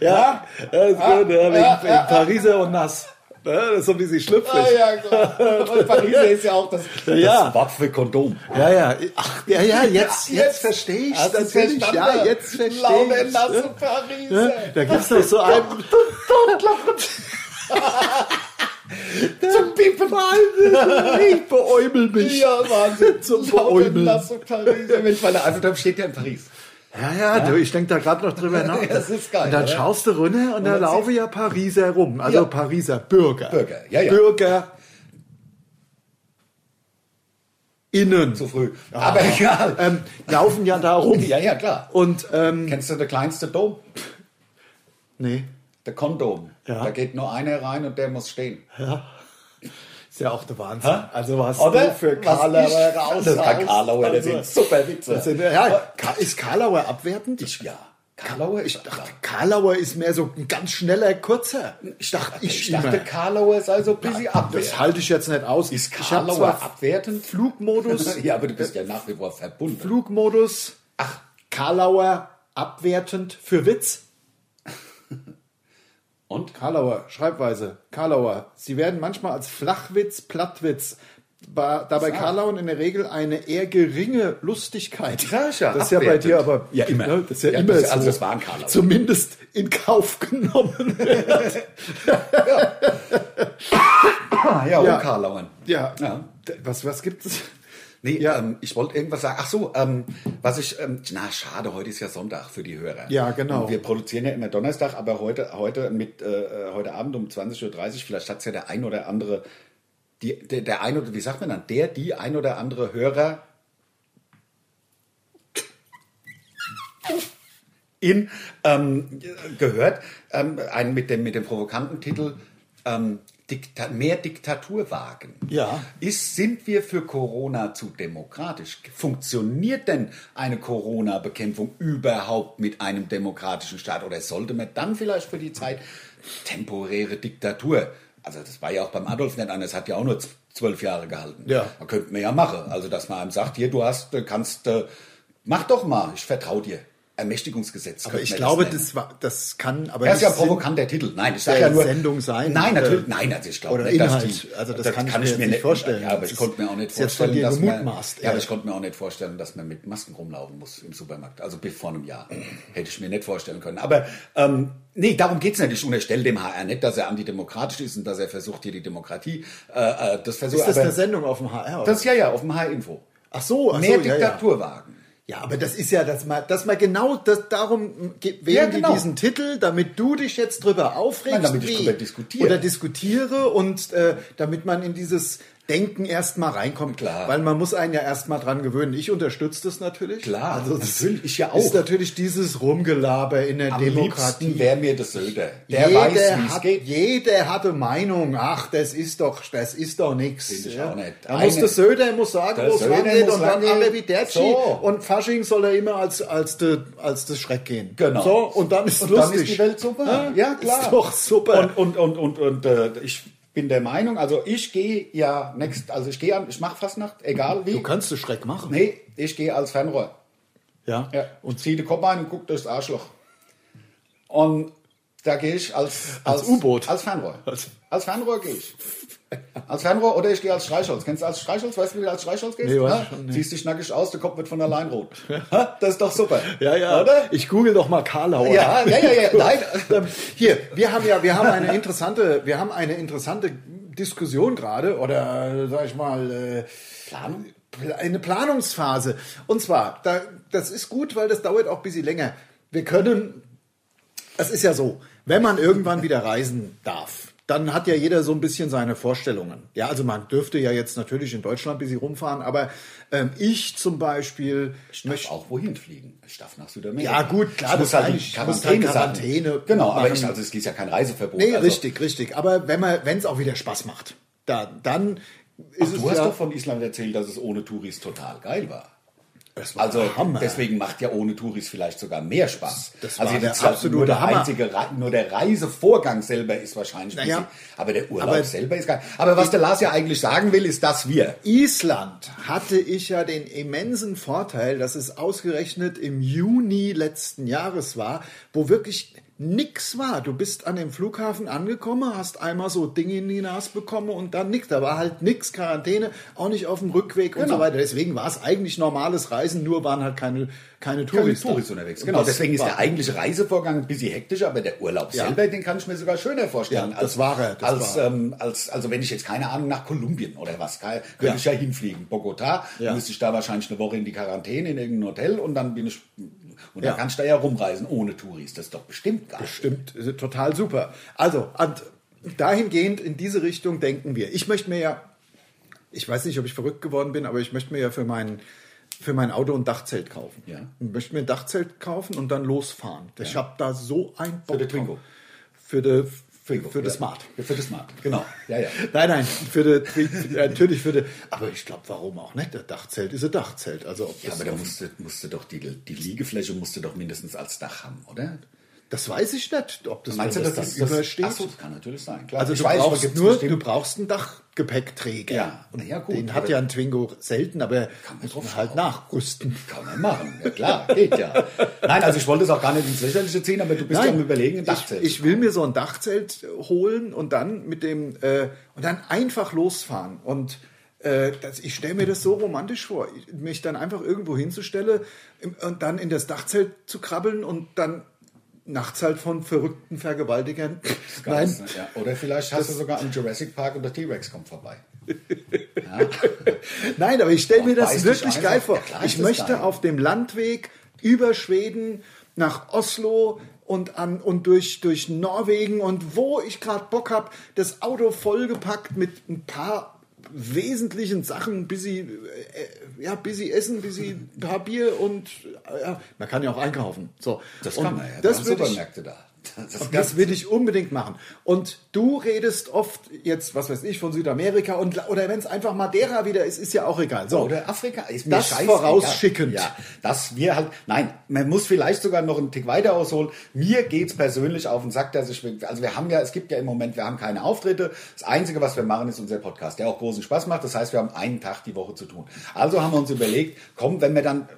[SPEAKER 1] Ja, das ist gut, ja, wegen, wegen Pariser und nass. Ja, das ist so ein bisschen schlüpfrig.
[SPEAKER 2] Ah, ja, klar. Und Pariser ist ja auch das,
[SPEAKER 1] Ah, genau. Ja.
[SPEAKER 2] das Wort für Kondom.
[SPEAKER 1] Ja, ja, ach, ja, ja, jetzt, jetzt verstehe ich
[SPEAKER 2] Hast du's
[SPEAKER 1] natürlich.
[SPEAKER 2] verstanden?
[SPEAKER 1] Ja, jetzt verstehe ich
[SPEAKER 2] Lauter nasse Pariser.
[SPEAKER 1] Ja, da gibt's doch so einen. Zum Piepen. Ich beäumel mich.
[SPEAKER 2] Ja, Wahnsinn.
[SPEAKER 1] Zum
[SPEAKER 2] Lauter
[SPEAKER 1] Beäumeln.
[SPEAKER 2] nasse Pariser. Mensch, weil der Eiffelturm steht ja in Paris.
[SPEAKER 1] Ja, ja, Du, ich denke da gerade noch drüber nach.
[SPEAKER 2] Das ist geil,
[SPEAKER 1] Und dann
[SPEAKER 2] oder?
[SPEAKER 1] schaust du runter und da
[SPEAKER 2] dann
[SPEAKER 1] laufen ja Pariser rum. Also
[SPEAKER 2] Ja.
[SPEAKER 1] Pariser Bürger.
[SPEAKER 2] Bürger, ja, ja.
[SPEAKER 1] Bürger. Innen.
[SPEAKER 2] Zu früh. Aber egal.
[SPEAKER 1] Ähm, laufen ja da rum.
[SPEAKER 2] Ja, ja, klar.
[SPEAKER 1] Und, ähm,
[SPEAKER 2] Kennst du der kleinste Dom?
[SPEAKER 1] nee.
[SPEAKER 2] Der Kondom.
[SPEAKER 1] Ja.
[SPEAKER 2] Da geht nur einer rein und der muss stehen.
[SPEAKER 1] Ist ja auch der Wahnsinn. Also was du für
[SPEAKER 2] Was
[SPEAKER 1] Karlauer
[SPEAKER 2] ich-
[SPEAKER 1] raus.
[SPEAKER 2] Das war Karlauer, das
[SPEAKER 1] also,
[SPEAKER 2] sind super Witze.
[SPEAKER 1] das sind, ja, Ka- Ist Karlauer abwertend?
[SPEAKER 2] Ich- ja. Karlauer? Ich
[SPEAKER 1] Ach,
[SPEAKER 2] dachte,
[SPEAKER 1] Karlauer ist mehr so ein ganz schneller, kurzer. Ich dachte, ich,
[SPEAKER 2] ich dachte Karlauer sei so ein bisschen
[SPEAKER 1] das
[SPEAKER 2] abwertend.
[SPEAKER 1] halte ich jetzt nicht aus.
[SPEAKER 2] Ist
[SPEAKER 1] ich habe
[SPEAKER 2] Karlauer
[SPEAKER 1] zwar
[SPEAKER 2] abwertend?
[SPEAKER 1] Flugmodus,
[SPEAKER 2] Ja, aber du bist ja nach wie vor verbunden.
[SPEAKER 1] Flugmodus, ach, Karlauer abwertend für Witz.
[SPEAKER 2] Und?
[SPEAKER 1] Karlauer, Schreibweise, Karlauer. Sie werden manchmal als Flachwitz, Plattwitz. Ba- Da bei Karlauern in der Regel eine eher geringe Lustigkeit.
[SPEAKER 2] Ja, ist ja
[SPEAKER 1] das ist ja bei
[SPEAKER 2] abwertend.
[SPEAKER 1] dir aber
[SPEAKER 2] Ja, immer.
[SPEAKER 1] Ne, Das ist ja,
[SPEAKER 2] Ja,
[SPEAKER 1] immer
[SPEAKER 2] das ist-
[SPEAKER 1] so.
[SPEAKER 2] also das war ein Karlauer.
[SPEAKER 1] Zumindest in Kauf genommen.
[SPEAKER 2] Ah, ja,
[SPEAKER 1] Ja.
[SPEAKER 2] und Karlauern.
[SPEAKER 1] ja.
[SPEAKER 2] Ja.
[SPEAKER 1] D- Was, was gibt's?
[SPEAKER 2] Nee,
[SPEAKER 1] Ja.
[SPEAKER 2] ähm, ich wollte irgendwas sagen. Ach so, ähm, was ich, ähm, na schade, heute ist ja Sonntag für die Hörer.
[SPEAKER 1] Ja, genau.
[SPEAKER 2] Und wir produzieren ja immer Donnerstag, aber heute, heute mit, äh, heute Abend um 20.30 Uhr, vielleicht hat's ja der ein oder andere, die, der, der ein oder, wie sagt man dann, der, die ein oder andere Hörer in ähm, gehört, ähm, einen mit dem, mit dem provokanten Titel ähm, Dikta mehr Diktatur wagen?
[SPEAKER 1] Ja.
[SPEAKER 2] Ist, sind wir für Corona zu demokratisch? Funktioniert denn eine Corona-Bekämpfung überhaupt mit einem demokratischen Staat? Oder sollte man dann vielleicht für die Zeit temporäre Diktatur also das war ja auch beim Adolf nicht anders, hat ja auch nur zwölf Jahre gehalten.
[SPEAKER 1] Ja.
[SPEAKER 2] Da könnte man ja machen. Also dass man einem sagt, hier, du hast, äh, kannst, äh, mach doch mal, ich vertraue dir. Ermächtigungsgesetz.
[SPEAKER 1] Aber
[SPEAKER 2] könnte
[SPEAKER 1] ich
[SPEAKER 2] man
[SPEAKER 1] glaube,
[SPEAKER 2] nennen.
[SPEAKER 1] das, war, das kann aber
[SPEAKER 2] Das ist ja
[SPEAKER 1] nicht Sinn-
[SPEAKER 2] provokant, der Titel. Nein, ich sage
[SPEAKER 1] der
[SPEAKER 2] ja nur.
[SPEAKER 1] Sendung sein,
[SPEAKER 2] Nein, natürlich.
[SPEAKER 1] äh,
[SPEAKER 2] Nein, also ich glaube
[SPEAKER 1] oder
[SPEAKER 2] nicht, dass
[SPEAKER 1] Inhalt.
[SPEAKER 2] die.
[SPEAKER 1] Also das kann ich mir jetzt nicht vorstellen.
[SPEAKER 2] Ja, aber
[SPEAKER 1] Das
[SPEAKER 2] ich konnte mir auch nicht
[SPEAKER 1] ist jetzt von
[SPEAKER 2] vorstellen,
[SPEAKER 1] dir
[SPEAKER 2] dass man,
[SPEAKER 1] gemutmaßt, äh.
[SPEAKER 2] ja, aber
[SPEAKER 1] ja.
[SPEAKER 2] ich konnte mir auch nicht vorstellen, dass man mit Masken rumlaufen muss im Supermarkt. Also bis vor einem Jahr hätte ich mir nicht vorstellen können. Aber ähm, nee, darum geht's nicht. Ich unterstelle dem HR nicht, dass er antidemokratisch ist und dass er versucht hier die Demokratie. Äh, äh, das versucht.
[SPEAKER 1] Ist das
[SPEAKER 2] aber,
[SPEAKER 1] eine Sendung auf dem HR? oder?
[SPEAKER 2] das ja ja auf dem HR Info.
[SPEAKER 1] ach so, ach
[SPEAKER 2] Mehr
[SPEAKER 1] so, ja, ja.
[SPEAKER 2] Diktatur wagen.
[SPEAKER 1] Ja, aber das ist ja, dass man, dass man genau das, darum ge- wählen
[SPEAKER 2] genau.
[SPEAKER 1] die diesen Titel, damit du dich jetzt drüber aufregst.
[SPEAKER 2] Nein, damit ich
[SPEAKER 1] wie-
[SPEAKER 2] drüber diskutiere.
[SPEAKER 1] Oder diskutiere und äh, damit man in dieses Denken erstmal reinkommt.
[SPEAKER 2] Klar.
[SPEAKER 1] Weil man muss einen ja erstmal dran gewöhnen. Ich unterstütze das natürlich.
[SPEAKER 2] Klar,
[SPEAKER 1] Also das
[SPEAKER 2] natürlich, ich ja auch.
[SPEAKER 1] ist natürlich dieses Rumgelaber in der
[SPEAKER 2] Am liebsten
[SPEAKER 1] Demokratie.
[SPEAKER 2] wäre mir das Söder. Der
[SPEAKER 1] jeder,
[SPEAKER 2] weiß, wie es
[SPEAKER 1] hat,
[SPEAKER 2] geht.
[SPEAKER 1] jeder hat eine Meinung. Ach, das ist doch, das ist doch nichts.
[SPEAKER 2] Finde ich auch nicht.
[SPEAKER 1] Da muss
[SPEAKER 2] Eine-
[SPEAKER 1] der Söder muss sagen,
[SPEAKER 2] Der
[SPEAKER 1] wo es
[SPEAKER 2] Söder
[SPEAKER 1] lang geht
[SPEAKER 2] muss
[SPEAKER 1] und dann
[SPEAKER 2] lang
[SPEAKER 1] alle
[SPEAKER 2] gehen.
[SPEAKER 1] wie der
[SPEAKER 2] So.
[SPEAKER 1] Und Fasching soll er immer als, als, de, als das Schreck gehen.
[SPEAKER 2] Genau.
[SPEAKER 1] So, und dann ist
[SPEAKER 2] Und
[SPEAKER 1] lustig.
[SPEAKER 2] dann ist die Welt super.
[SPEAKER 1] Ja, klar. Ist doch super.
[SPEAKER 2] Und, und, und, und, und äh, ich bin der Meinung, also ich gehe ja next, also ich gehe an, ich mache Fastnacht, egal wie.
[SPEAKER 1] du kannst das Schreck machen.
[SPEAKER 2] Nee, ich gehe als Fernrohr.
[SPEAKER 1] Ja.
[SPEAKER 2] Ja. Und ziehe den Kopf ein und gucke durchs Arschloch. Und da gehe ich als,
[SPEAKER 1] Als U-Boot.
[SPEAKER 2] Als Fernrohr.
[SPEAKER 1] Als-
[SPEAKER 2] Als Fernrohr gehe ich. Als Fernrohr oder ich gehe als Streichholz. Kennst du als Streichholz? Weißt du, wie du als Streichholz gehst?
[SPEAKER 1] Nee, weiß
[SPEAKER 2] Ha?
[SPEAKER 1] ich schon, nee.
[SPEAKER 2] Ziehst dich nackig aus, der Kopf wird von allein rot. Ha? Das ist doch super.
[SPEAKER 1] Ja, ja.
[SPEAKER 2] Oder?
[SPEAKER 1] Ich google doch mal Karlauer.
[SPEAKER 2] Ja, ja, ja, ja. Nein.
[SPEAKER 1] Ähm, Hier, wir haben ja, wir haben eine interessante, wir haben eine interessante Diskussion gerade oder äh, sag ich mal äh,
[SPEAKER 2] Planung?
[SPEAKER 1] Pla- eine Planungsphase. Und zwar, da, das ist gut, weil das dauert auch ein bisschen länger. Wir können, es ist ja so, wenn man irgendwann wieder reisen darf, dann hat ja jeder so ein bisschen seine Vorstellungen. Ja, also man dürfte ja jetzt natürlich in Deutschland ein bisschen rumfahren, aber ähm, ich zum Beispiel
[SPEAKER 2] Ich darf auch wohin fliegen. Ich darf nach Südamerika.
[SPEAKER 1] Ja, gut, klar,
[SPEAKER 2] ich muss
[SPEAKER 1] das
[SPEAKER 2] halt
[SPEAKER 1] kann
[SPEAKER 2] die
[SPEAKER 1] ich. Ich muss
[SPEAKER 2] Quarantäne,
[SPEAKER 1] dann Quarantäne
[SPEAKER 2] Sachen. Genau, aber
[SPEAKER 1] machen.
[SPEAKER 2] ich, also es gibt ja kein Reiseverbot.
[SPEAKER 1] Nee,
[SPEAKER 2] also,
[SPEAKER 1] richtig, richtig. Aber wenn man, wenn es auch wieder Spaß macht, da, dann ist es
[SPEAKER 2] Du hast
[SPEAKER 1] ja,
[SPEAKER 2] doch von Island erzählt, dass es ohne Touris total geil war.
[SPEAKER 1] das war
[SPEAKER 2] Also
[SPEAKER 1] Hammer.
[SPEAKER 2] deswegen macht ja ohne Touris vielleicht sogar mehr Spaß.
[SPEAKER 1] Das
[SPEAKER 2] also
[SPEAKER 1] war
[SPEAKER 2] jetzt
[SPEAKER 1] der
[SPEAKER 2] ist halt
[SPEAKER 1] absolute
[SPEAKER 2] nur der
[SPEAKER 1] Hammer.
[SPEAKER 2] einzige Rei- nur der Reisevorgang selber ist wahrscheinlich ein
[SPEAKER 1] Naja.
[SPEAKER 2] bisschen, aber der Urlaub
[SPEAKER 1] Aber-
[SPEAKER 2] selber ist geil. Aber was der Lars ja eigentlich sagen will, ist, dass wir
[SPEAKER 1] Island hatte ich ja den immensen Vorteil, dass es ausgerechnet im Juni letzten Jahres war, wo wirklich nix war. Du bist an dem Flughafen angekommen, hast einmal so Dinge in die Nase bekommen und dann nix. Da war halt nix, Quarantäne, auch nicht auf dem Rückweg und
[SPEAKER 2] Genau.
[SPEAKER 1] so weiter. Deswegen war es eigentlich normales Reisen, nur waren halt keine, keine Touristen.
[SPEAKER 2] Touris unterwegs. Genau,
[SPEAKER 1] Und das
[SPEAKER 2] deswegen ist
[SPEAKER 1] war-
[SPEAKER 2] der eigentliche Reisevorgang ein bisschen hektischer, aber der Urlaub
[SPEAKER 1] Ja.
[SPEAKER 2] selber, den kann ich mir sogar schöner vorstellen.
[SPEAKER 1] Ja, das war er, das
[SPEAKER 2] als,
[SPEAKER 1] war
[SPEAKER 2] Ähm, als, also wenn ich jetzt, keine Ahnung, nach Kolumbien oder was, kann- könnte
[SPEAKER 1] Ja.
[SPEAKER 2] ich ja hinfliegen. Bogota,
[SPEAKER 1] Ja.
[SPEAKER 2] müsste ich da wahrscheinlich eine Woche in die Quarantäne in irgendein Hotel und dann bin ich, und dann
[SPEAKER 1] Ja.
[SPEAKER 2] kann ich da ja rumreisen ohne Touris. Das ist doch bestimmt geil.
[SPEAKER 1] Stimmt, äh, total super. Also, und dahingehend in diese Richtung denken wir. Ich möchte mir ja, ich weiß nicht, ob ich verrückt geworden bin, aber ich möchte mir ja für mein, für mein Auto ein Dachzelt kaufen.
[SPEAKER 2] Ja.
[SPEAKER 1] Ich möchte mir ein Dachzelt kaufen und dann losfahren. Ich habe da so ein Bock
[SPEAKER 2] den
[SPEAKER 1] drauf.
[SPEAKER 2] Twingo.
[SPEAKER 1] Für, de,
[SPEAKER 2] Twingo,
[SPEAKER 1] für das
[SPEAKER 2] ja.
[SPEAKER 1] Smart.
[SPEAKER 2] Für das Smart, genau. Ja, ja.
[SPEAKER 1] Nein, nein, für de, Twi- natürlich für de, aber ich glaube, warum auch nicht? Der Dachzelt ist ein Dachzelt. Also ob
[SPEAKER 2] Ja,
[SPEAKER 1] das,
[SPEAKER 2] aber da musste, musste doch die, die Liegefläche musste doch mindestens als Dach haben, oder?
[SPEAKER 1] das weiß ich nicht, ob das,
[SPEAKER 2] Meinst du,
[SPEAKER 1] wenn
[SPEAKER 2] dass
[SPEAKER 1] das
[SPEAKER 2] das,
[SPEAKER 1] dann übersteht.
[SPEAKER 2] Ach so, das kann natürlich sein. Klar.
[SPEAKER 1] Also
[SPEAKER 2] Ich
[SPEAKER 1] du,
[SPEAKER 2] weiß, aber
[SPEAKER 1] brauchst
[SPEAKER 2] gibt's
[SPEAKER 1] nur,
[SPEAKER 2] bestimmt-
[SPEAKER 1] du brauchst einen Dachgepäckträger.
[SPEAKER 2] Ja, na ja, gut,
[SPEAKER 1] den hat
[SPEAKER 2] aber-
[SPEAKER 1] ja ein Twingo selten, aber
[SPEAKER 2] Kann man
[SPEAKER 1] muss man
[SPEAKER 2] drauf
[SPEAKER 1] halt nachrüsten.
[SPEAKER 2] Kann man machen, ja klar, geht ja. Nein, also ich wollte es auch gar nicht ins Lächerliche ziehen, aber du bist ja am Überlegen, ein Dachzelt.
[SPEAKER 1] Ich, ich will mir so ein Dachzelt holen und dann mit dem äh, und dann einfach losfahren. Und äh, das, ich stelle mir das so romantisch vor, ich- mich dann einfach irgendwo hinzustellen im- und dann in das Dachzelt zu krabbeln und dann nachts halt von verrückten Vergewaltigern. Nein,
[SPEAKER 2] Ganz, ja. Oder vielleicht hast du sogar am Jurassic Park und der T-Rex kommt vorbei.
[SPEAKER 1] Nein, aber ich stelle mir
[SPEAKER 2] Doch, weiß
[SPEAKER 1] das
[SPEAKER 2] ich
[SPEAKER 1] wirklich
[SPEAKER 2] einfach.
[SPEAKER 1] geil vor.
[SPEAKER 2] Ja, klar
[SPEAKER 1] ich
[SPEAKER 2] ist das
[SPEAKER 1] möchte
[SPEAKER 2] geil.
[SPEAKER 1] auf dem Landweg über Schweden nach Oslo und, an, und durch, durch Norwegen und wo ich gerade Bock habe, das Auto vollgepackt mit ein paar wesentlichen Sachen, bis sie, äh, ja, bis sie essen, bis sie ein paar Bier und äh, ja, man kann ja auch einkaufen. So.
[SPEAKER 2] Das
[SPEAKER 1] und
[SPEAKER 2] kann man ja.
[SPEAKER 1] Das
[SPEAKER 2] Da
[SPEAKER 1] würde ich,
[SPEAKER 2] Supermärkte da.
[SPEAKER 1] Das, das will ich unbedingt machen. Und du redest oft jetzt, was weiß ich, von Südamerika und oder wenn es einfach Madeira wieder ist, ist ja auch egal. So,
[SPEAKER 2] Oder Afrika ist mir
[SPEAKER 1] Das
[SPEAKER 2] scheißegal.
[SPEAKER 1] vorausschickend.
[SPEAKER 2] Ja, dass wir halt, nein, man muss vielleicht sogar noch einen Tick weiter ausholen. Mir geht's persönlich auf den Sack, dass ich, bin- also wir haben ja, es gibt ja im Moment, wir haben keine Auftritte. Das Einzige, was wir machen, ist unser Podcast, der auch großen Spaß macht. Das heißt, wir haben einen Tag die Woche zu tun. Also haben wir uns überlegt, komm, wenn wir dann,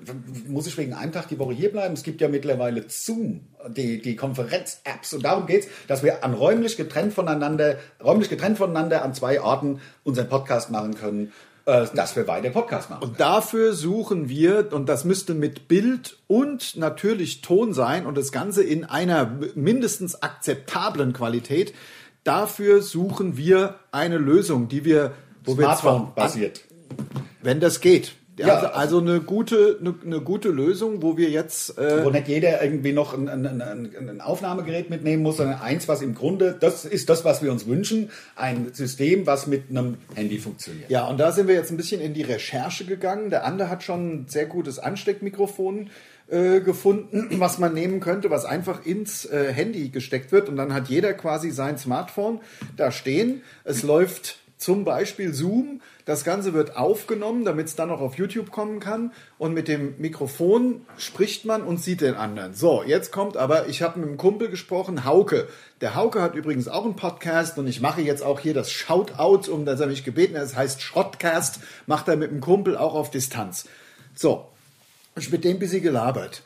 [SPEAKER 2] muss ich wegen einem Tag die Woche hier bleiben? Es gibt ja mittlerweile Zoom, die, die Konferenz-Apps. Und darum geht's, dass wir an räumlich getrennt voneinander, räumlich getrennt voneinander an zwei Orten unseren Podcast machen können. äh, Dass wir weiter Podcast machen.
[SPEAKER 1] Und dafür suchen wir, und das müsste mit Bild und natürlich Ton sein und das Ganze in einer mindestens akzeptablen Qualität, dafür suchen wir eine Lösung, die wir, wo wir zwar,
[SPEAKER 2] Smartphone-basiert.
[SPEAKER 1] wenn das geht,
[SPEAKER 2] Ja.
[SPEAKER 1] also, also eine, gute, eine, eine gute Lösung, wo wir jetzt äh,
[SPEAKER 2] Wo nicht jeder irgendwie noch ein, ein, ein, ein ein Aufnahmegerät mitnehmen muss, sondern eins, was im Grunde, das ist das, was wir uns wünschen, ein System, was mit einem Handy funktioniert.
[SPEAKER 1] Ja, und da sind wir jetzt ein bisschen in die Recherche gegangen. Der Ander hat schon ein sehr gutes Ansteckmikrofon äh, gefunden, was man nehmen könnte, was einfach ins äh, Handy gesteckt wird. Und dann hat jeder quasi sein Smartphone da stehen. Es läuft zum Beispiel Zoom. Das Ganze wird aufgenommen, damit es dann auch auf YouTube kommen kann. Und mit dem Mikrofon spricht man und sieht den anderen. So, jetzt kommt aber, ich habe mit einem Kumpel gesprochen, Hauke. Der Hauke hat übrigens auch einen Podcast und ich mache jetzt auch hier das Shoutout, um das er mich gebeten hat. Es heißt Schrottcast, macht er mit einem Kumpel auch auf Distanz. So, ich mit dem bisschen gelabert.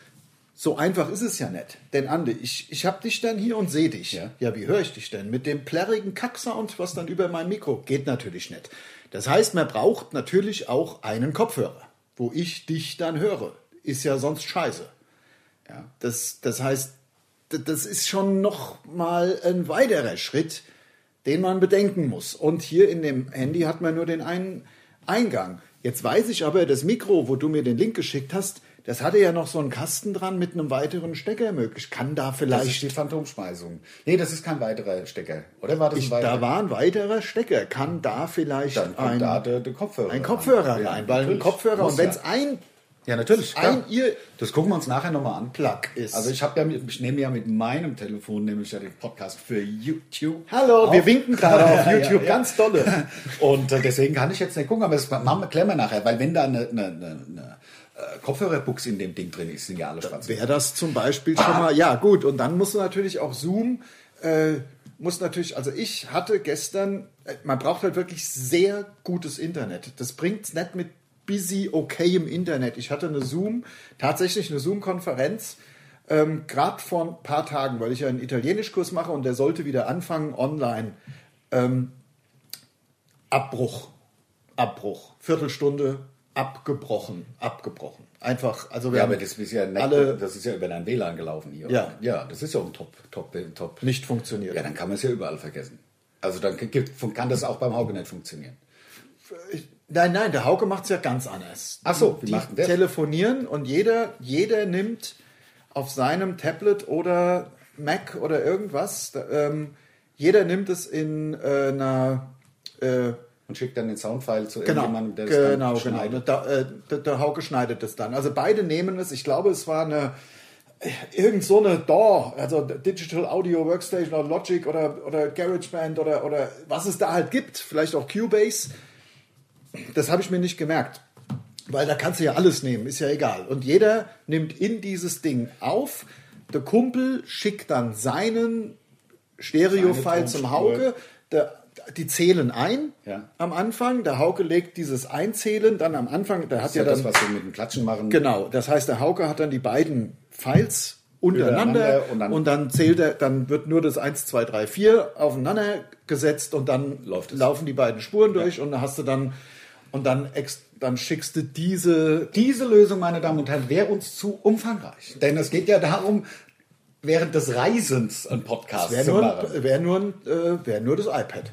[SPEAKER 1] So einfach ist es ja nicht. Denn Ande, ich, ich hab dich dann hier und sehe dich.
[SPEAKER 2] Ja.
[SPEAKER 1] wie höre ich dich denn? Mit dem plärrigen Kacksound, was dann über mein Mikro geht natürlich nicht. Das heißt, man braucht natürlich auch einen Kopfhörer, wo ich dich dann höre. Ist ja sonst scheiße. Das, das heißt, d- das ist schon noch mal ein weiterer Schritt, den man bedenken muss. Und hier in dem Handy hat man nur den einen Eingang. Jetzt weiß ich aber, das Mikro, wo du mir den Link geschickt hast, das hatte ja noch so einen Kasten dran mit einem weiteren Stecker möglich. Kann da
[SPEAKER 2] Das ist
[SPEAKER 1] vielleicht...
[SPEAKER 2] die Phantomspeisung. Nee, das ist kein weiterer Stecker. Oder war das
[SPEAKER 1] Ich,
[SPEAKER 2] ein weiterer?
[SPEAKER 1] da war ein weiterer Stecker. Kann da vielleicht
[SPEAKER 2] Dann kommt
[SPEAKER 1] ein,
[SPEAKER 2] da der, der Kopfhörer.
[SPEAKER 1] ein Kopfhörer
[SPEAKER 2] Ja,
[SPEAKER 1] rein? Weil ein
[SPEAKER 2] natürlich.
[SPEAKER 1] Kopfhörer,
[SPEAKER 2] Muss
[SPEAKER 1] und wenn es
[SPEAKER 2] ja.
[SPEAKER 1] ein
[SPEAKER 2] Ja, natürlich.
[SPEAKER 1] ein
[SPEAKER 2] klar.
[SPEAKER 1] ihr-
[SPEAKER 2] das gucken wir uns nachher nochmal an.
[SPEAKER 1] Plug ist...
[SPEAKER 2] Also ich habe ja, mit- ich nehme ja mit meinem Telefon nämlich ja den Podcast für YouTube.
[SPEAKER 1] Hallo, wir
[SPEAKER 2] auf.
[SPEAKER 1] winken gerade auf
[SPEAKER 2] Ja, ja,
[SPEAKER 1] YouTube,
[SPEAKER 2] ja.
[SPEAKER 1] ganz dolle.
[SPEAKER 2] Und äh, deswegen kann ich jetzt nicht gucken, aber das machen wir, klären wir nachher, weil wenn da eine, eine, eine, eine äh, Kopfhörerbuchs in dem Ding drin ist, sind ja alle Spatzen.
[SPEAKER 1] Wäre das zum Beispiel schon mal, ja gut, und dann musst du natürlich auch Zoom, äh, muss natürlich, also ich hatte gestern, äh, man braucht halt wirklich sehr gutes Internet. Das bringt's nicht mit busy, okayem Internet. Ich hatte eine Zoom, tatsächlich eine Zoom-Konferenz, ähm, gerade vor ein paar Tagen, weil ich ja einen Italienischkurs mache und der sollte wieder anfangen online. Ähm, Abbruch. Abbruch. Viertelstunde abgebrochen. Abgebrochen. Einfach, also wir
[SPEAKER 2] Ja,
[SPEAKER 1] haben
[SPEAKER 2] aber das ist ja nett,
[SPEAKER 1] alle
[SPEAKER 2] das ist ja über dein WLAN gelaufen hier.
[SPEAKER 1] Ja.
[SPEAKER 2] ja, das ist ja ein Top, Top, Top.
[SPEAKER 1] nicht funktioniert.
[SPEAKER 2] Ja, dann kann man es ja überall vergessen. Also dann gibt, kann das auch beim Hauke nicht funktionieren.
[SPEAKER 1] Nein, nein, der Hauke macht es ja ganz anders.
[SPEAKER 2] Ach so, wie
[SPEAKER 1] die
[SPEAKER 2] macht denn der?
[SPEAKER 1] telefonieren und jeder, jeder nimmt auf seinem Tablet oder Mac oder irgendwas, da, ähm, jeder nimmt es in äh, einer. Äh,
[SPEAKER 2] Und schickt dann den Soundfile zu
[SPEAKER 1] genau,
[SPEAKER 2] irgendjemandem, der es
[SPEAKER 1] genau,
[SPEAKER 2] dann
[SPEAKER 1] genau.
[SPEAKER 2] schneidet.
[SPEAKER 1] Da, äh, der, der Hauke schneidet es dann. Also beide nehmen es. Ich glaube, es war eine. Irgend so eine DAW, also Digital Audio Workstation oder Logic oder, oder GarageBand oder, oder was es da halt gibt, vielleicht auch Cubase. Das habe ich mir nicht gemerkt. Weil da kannst du ja alles nehmen, ist ja egal. Und jeder nimmt in dieses Ding auf. Der Kumpel schickt dann seinen
[SPEAKER 2] Seine
[SPEAKER 1] Stereo-File zum
[SPEAKER 2] Tonspur.
[SPEAKER 1] Hauke. Der, die zählen ein
[SPEAKER 2] Ja.
[SPEAKER 1] am Anfang. Der Hauke legt dieses Einzählen dann am Anfang. Der hat
[SPEAKER 2] ja,
[SPEAKER 1] ja
[SPEAKER 2] das,
[SPEAKER 1] dann,
[SPEAKER 2] was wir mit dem Klatschen machen.
[SPEAKER 1] genau, das heißt, der Hauke hat dann die beiden Files untereinander
[SPEAKER 2] Übereinander
[SPEAKER 1] und
[SPEAKER 2] und
[SPEAKER 1] dann,
[SPEAKER 2] dann-
[SPEAKER 1] zählt er, dann wird nur das 1, 2, 3, 4 aufeinander gesetzt und dann
[SPEAKER 2] Läuft es.
[SPEAKER 1] laufen die beiden Spuren durch und dann hast du dann und dann, ex, dann schickst du diese
[SPEAKER 2] Diese Lösung, meine Damen und Herren, wäre uns zu umfangreich. Denn es geht ja darum, während des Reisens einen Podcast
[SPEAKER 1] Wäre
[SPEAKER 2] zu
[SPEAKER 1] nur,
[SPEAKER 2] machen.
[SPEAKER 1] ein- wär nur, ein, äh, wär nur das iPad.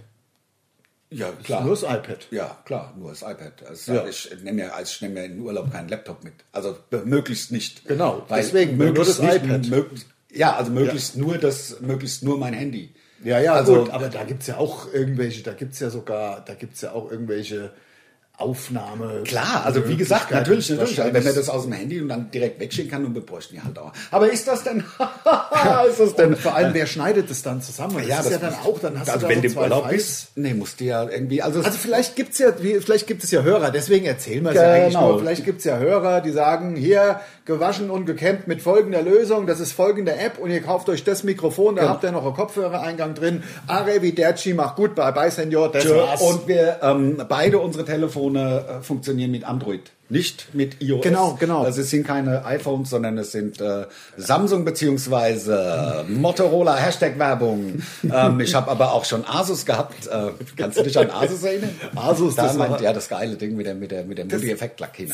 [SPEAKER 2] Ja, klar.
[SPEAKER 1] äh, Nur das iPad.
[SPEAKER 2] Ja, klar, nur das iPad. Also
[SPEAKER 1] Ja.
[SPEAKER 2] Ich nehme ja, also ich nehme ja in den Urlaub keinen Laptop mit. Also be- möglichst nicht.
[SPEAKER 1] Genau,
[SPEAKER 2] Weil
[SPEAKER 1] deswegen, nur
[SPEAKER 2] möglichst
[SPEAKER 1] das
[SPEAKER 2] nicht,
[SPEAKER 1] iPad.
[SPEAKER 2] Möglichst, ja, also möglichst nur das, möglichst nur mein Handy.
[SPEAKER 1] Ja, ja,
[SPEAKER 2] also,
[SPEAKER 1] gut, aber da gibt es ja auch irgendwelche, da gibt es ja sogar, da gibt es ja auch irgendwelche Aufnahme.
[SPEAKER 2] Klar, also wie gesagt,
[SPEAKER 1] Möglichkeiten
[SPEAKER 2] natürlich, natürlich. Also wenn
[SPEAKER 1] wahrscheinlich.
[SPEAKER 2] man das aus dem Handy und dann direkt wegschicken kann und wir bräuchten ja halt auch. Aber ist das denn?
[SPEAKER 1] Ah,
[SPEAKER 2] ist das denn?
[SPEAKER 1] Und vor allem, wer schneidet es dann zusammen? Das ist ja dann auch, dann hast
[SPEAKER 2] also
[SPEAKER 1] du da
[SPEAKER 2] wenn
[SPEAKER 1] so
[SPEAKER 2] du im
[SPEAKER 1] zwei
[SPEAKER 2] Urlaub
[SPEAKER 1] Files.
[SPEAKER 2] bist, nee, musst du ja irgendwie, also,
[SPEAKER 1] Also vielleicht gibt's ja, wie- vielleicht gibt es ja Hörer, deswegen erzählen wir es ja eigentlich
[SPEAKER 2] Genau.
[SPEAKER 1] nur. Vielleicht gibt's ja Hörer, die sagen, hier gewaschen und gekämmt mit folgender Lösung, das ist folgende App und ihr kauft euch das Mikrofon, da habt ihr noch einen Kopfhörereingang drin. Arrivederci, macht gut, bye bye Senior, das
[SPEAKER 2] Tschö.
[SPEAKER 1] war's.
[SPEAKER 2] und wir ähm, beide unsere Telefone äh, funktionieren mit Android, nicht mit iOS.
[SPEAKER 1] Genau, genau.
[SPEAKER 2] Also es sind keine iPhones, sondern es sind äh, Samsung beziehungsweise Motorola Hashtag Werbung. ähm, ich habe aber auch schon Asus gehabt. Äh, kannst du dich an Asus erinnern?
[SPEAKER 1] Asus,
[SPEAKER 2] da
[SPEAKER 1] das
[SPEAKER 2] das meint
[SPEAKER 1] war-
[SPEAKER 2] ja das geile Ding mit der mit der mit der Multi-Effekt-Lackierung.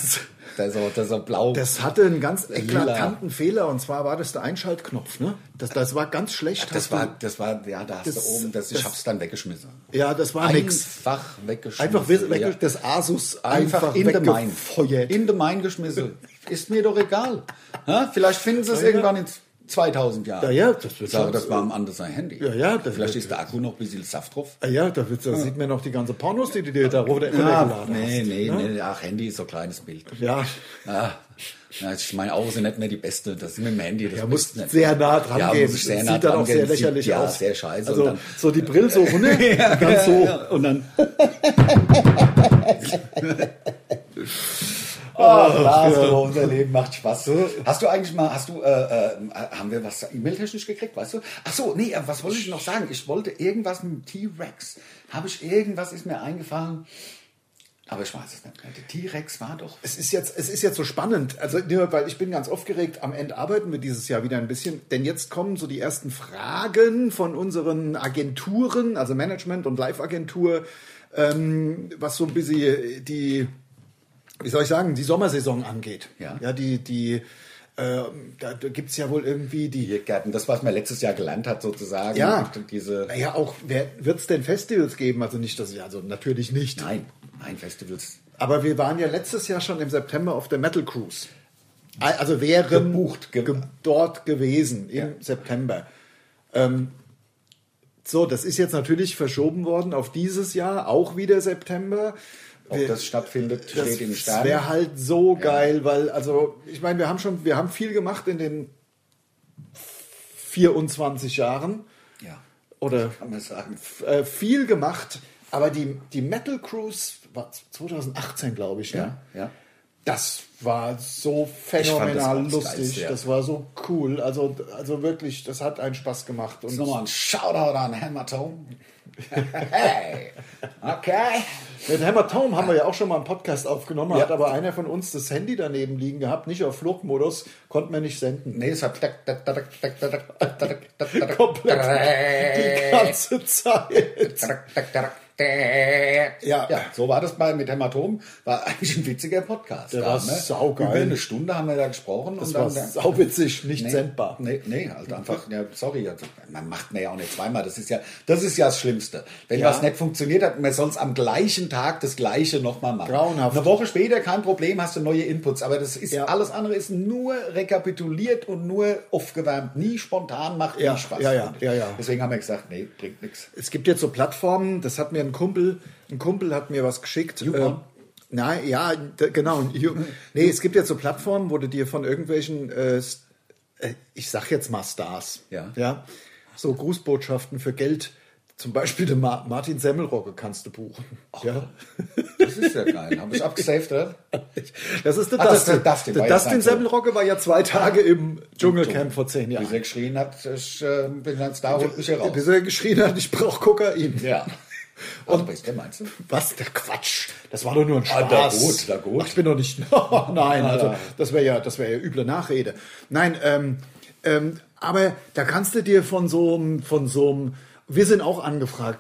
[SPEAKER 2] Der ist so der ist so blau.
[SPEAKER 1] das hatte einen ganz eklatanten Fehler und zwar war das der Einschaltknopf, ne? Das, das war ganz schlecht.
[SPEAKER 2] das
[SPEAKER 1] Hast
[SPEAKER 2] war, das war, ja, da hast
[SPEAKER 1] Das-
[SPEAKER 2] du oben, das, ich
[SPEAKER 1] das-
[SPEAKER 2] hab's dann weggeschmissen.
[SPEAKER 1] du, ja, das war nix.
[SPEAKER 2] Einfach weggeschmissen.
[SPEAKER 1] Einfach weg,
[SPEAKER 2] ja.
[SPEAKER 1] das Asus
[SPEAKER 2] einfach
[SPEAKER 1] einfach,
[SPEAKER 2] in the Main.
[SPEAKER 1] weggefeuert.
[SPEAKER 2] In the Main geschmissen. Ist mir doch egal. Ha? Vielleicht finden sie es irgendwann in 2000 Jahren.
[SPEAKER 1] Ja, ja, das wird
[SPEAKER 2] ich sage,
[SPEAKER 1] schon-
[SPEAKER 2] das war am anderen sein Handy.
[SPEAKER 1] Ja, ja, das-
[SPEAKER 2] Vielleicht ist der Akku noch ein bisschen Saft drauf.
[SPEAKER 1] Ah Ja, da, wird's- da sieht man noch die ganzen Pornos, die du dir da runtergeladen hast.
[SPEAKER 2] Ah, nee, nee, nee, ach, Handy ist so ein kleines Bild.
[SPEAKER 1] Ja,
[SPEAKER 2] Ah, na, ich meine, Augen sind nicht mehr die beste, das ist mit dem Handy. Das
[SPEAKER 1] er muss
[SPEAKER 2] Beste.
[SPEAKER 1] sehr nah dran
[SPEAKER 2] ja,
[SPEAKER 1] gehen.
[SPEAKER 2] Muss ich sehr
[SPEAKER 1] Das
[SPEAKER 2] nah
[SPEAKER 1] sieht dann
[SPEAKER 2] dran
[SPEAKER 1] auch sehr
[SPEAKER 2] gehen. Sieht-
[SPEAKER 1] lächerlich
[SPEAKER 2] ja,
[SPEAKER 1] aus.
[SPEAKER 2] sehr scheiße.
[SPEAKER 1] Also
[SPEAKER 2] Und dann-
[SPEAKER 1] so die Brille so runter, ganz so.
[SPEAKER 2] Und dann. Oh, Lars, du, unser Leben macht Spaß. Hast du eigentlich mal, hast du, äh, äh, haben wir was E-Mail-technisch gekriegt, weißt du? Ach so, nee, äh, was wollte ich noch sagen? Ich wollte irgendwas mit dem T-Rex. Habe ich irgendwas, ist mir eingefallen. Aber ich weiß es nicht mehr. Der T-Rex war doch.
[SPEAKER 1] Es ist jetzt, es ist jetzt so spannend. Also, nur weil ich bin ganz aufgeregt. Am Ende arbeiten wir dieses Jahr wieder ein bisschen, denn jetzt kommen so die ersten Fragen von unseren Agenturen, also Management und Live-Agentur, ähm, was so ein bisschen die, wie soll ich sagen, die Sommersaison angeht.
[SPEAKER 2] Ja.
[SPEAKER 1] ja die, die, ähm, da gibt es ja wohl irgendwie die
[SPEAKER 2] Biergärten, das, was man letztes Jahr gelernt hat, sozusagen.
[SPEAKER 1] Ja.
[SPEAKER 2] Diese.
[SPEAKER 1] Naja, auch wird es denn Festivals geben? Also nicht, dass also natürlich nicht.
[SPEAKER 2] Nein, nein, Festivals.
[SPEAKER 1] Aber wir waren ja letztes Jahr schon im September auf der Metal Cruise. Al- Also wären
[SPEAKER 2] Gebucht, ge-
[SPEAKER 1] ge dort gewesen im September. Ähm, so, das ist jetzt natürlich verschoben worden auf dieses Jahr, auch wieder September.
[SPEAKER 2] Ob
[SPEAKER 1] Wir-
[SPEAKER 2] das stattfindet,
[SPEAKER 1] das
[SPEAKER 2] steht im Stern.
[SPEAKER 1] wäre halt so geil, weil, also, ich meine, wir haben schon, wir haben viel gemacht in den 24 Jahren.
[SPEAKER 2] Ja,
[SPEAKER 1] Oder
[SPEAKER 2] kann man sagen.
[SPEAKER 1] äh, viel gemacht, aber die, die Metal Cruise war 2018, glaube ich. Ne?
[SPEAKER 2] ja.
[SPEAKER 1] Das war so
[SPEAKER 2] Ich
[SPEAKER 1] phänomenal
[SPEAKER 2] fand das auch das
[SPEAKER 1] lustig.
[SPEAKER 2] Geilste, ja.
[SPEAKER 1] Das war so cool. Also, also wirklich, das hat einen Spaß gemacht. Und
[SPEAKER 2] Jetzt nochmal ein Shoutout an Hammertone. Hey, okay.
[SPEAKER 1] mit Hammer Tom haben wir ja auch schon mal einen Podcast aufgenommen,
[SPEAKER 2] Ja.
[SPEAKER 1] hat aber einer von uns das Handy daneben liegen gehabt, nicht auf Flugmodus, konnten wir nicht senden.
[SPEAKER 2] Nee, halt es hat.
[SPEAKER 1] Komplett die ganze Zeit.
[SPEAKER 2] Ja. ja, so war das mal mit Hämatom. War eigentlich ein witziger Podcast.
[SPEAKER 1] Der
[SPEAKER 2] da,
[SPEAKER 1] war
[SPEAKER 2] ne?
[SPEAKER 1] saugeil.
[SPEAKER 2] Über eine Stunde haben wir da gesprochen.
[SPEAKER 1] Das
[SPEAKER 2] und
[SPEAKER 1] war
[SPEAKER 2] dann,
[SPEAKER 1] sauwitzig, nicht
[SPEAKER 2] nee,
[SPEAKER 1] sendbar.
[SPEAKER 2] Nee, nee, halt einfach, ja, sorry, also, man macht mir ja auch nicht zweimal. Das ist ja, das ist ja das Schlimmste. Wenn
[SPEAKER 1] Ja.
[SPEAKER 2] was nicht funktioniert hat, man soll es am gleichen Tag das Gleiche nochmal machen.
[SPEAKER 1] Grauenhaft.
[SPEAKER 2] Eine Woche später kein Problem, hast du neue Inputs. Aber das ist,
[SPEAKER 1] Ja.
[SPEAKER 2] alles andere ist nur rekapituliert und nur aufgewärmt. Nie spontan macht
[SPEAKER 1] Ja,
[SPEAKER 2] nie Spaß.
[SPEAKER 1] ja, ja, ja, ja.
[SPEAKER 2] Deswegen haben wir gesagt, nee, bringt nichts.
[SPEAKER 1] Es gibt jetzt so Plattformen, das hat mir ein Kumpel, ein Kumpel hat mir was geschickt.
[SPEAKER 2] YouPorn?
[SPEAKER 1] Ähm, nein, ja, d- genau. ein You- nee, es gibt jetzt so Plattformen, wo du dir von irgendwelchen, äh, s- äh, ich sag jetzt mal Stars,
[SPEAKER 2] Ja.
[SPEAKER 1] ja so Grußbotschaften für Geld, zum Beispiel den Ma Martin Semmelrogge kannst du buchen.
[SPEAKER 2] Oh
[SPEAKER 1] Ja.
[SPEAKER 2] Das ist ja geil. Habe ich abgesaved, oder?
[SPEAKER 1] Das ist der
[SPEAKER 2] Ach, das ist
[SPEAKER 1] Dustin.
[SPEAKER 2] der Dustin,
[SPEAKER 1] der
[SPEAKER 2] war ja
[SPEAKER 1] Dustin
[SPEAKER 2] sein Sohn.
[SPEAKER 1] Semmelrogge war ja zwei Tage im Dschungelcamp vor zehn
[SPEAKER 2] Wie
[SPEAKER 1] Jahren.
[SPEAKER 2] sie geschrien hat, ich äh, bin ganz da, holt mich hier raus.
[SPEAKER 1] Bis er geschrien hat, ich brauche Kokain.
[SPEAKER 2] Ja. Und was meinst du?
[SPEAKER 1] Was? Der Quatsch. Das war doch nur ein
[SPEAKER 2] Ah,
[SPEAKER 1] Spaß.
[SPEAKER 2] na gut, na gut. Ah.
[SPEAKER 1] Ach, ich bin doch nicht. Nein, also das wäre ja, das wäre ja üble Nachrede. Nein, ähm, ähm, aber da kannst du dir von so einem, von so einem, wir sind auch angefragt